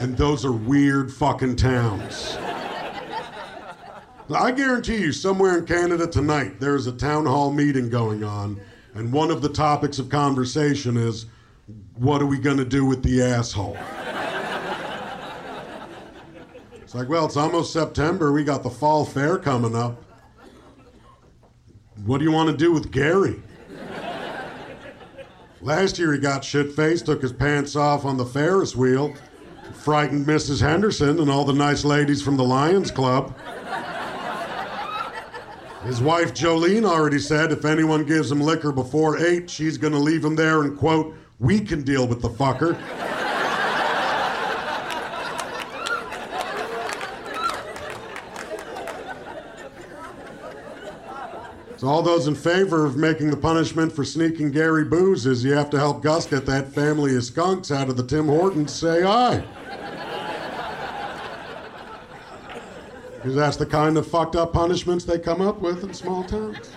S4: And those are weird fucking towns. I guarantee you, somewhere in Canada tonight, there is a town hall meeting going on, and one of the topics of conversation is what are we going to do with the asshole? it's like, well, it's almost September. We got the fall fair coming up. What do you want to do with Gary? Last year, he got shit faced, took his pants off on the Ferris wheel, frightened Mrs. Henderson and all the nice ladies from the Lions Club. His wife Jolene already said if anyone gives him liquor before eight, she's gonna leave him there and quote, "We can deal with the fucker." So all those in favor of making the punishment for sneaking Gary booze is you have to help Gus get that family of skunks out of the Tim Hortons, say aye. Because that's the kind of fucked up punishments they come up with in small towns.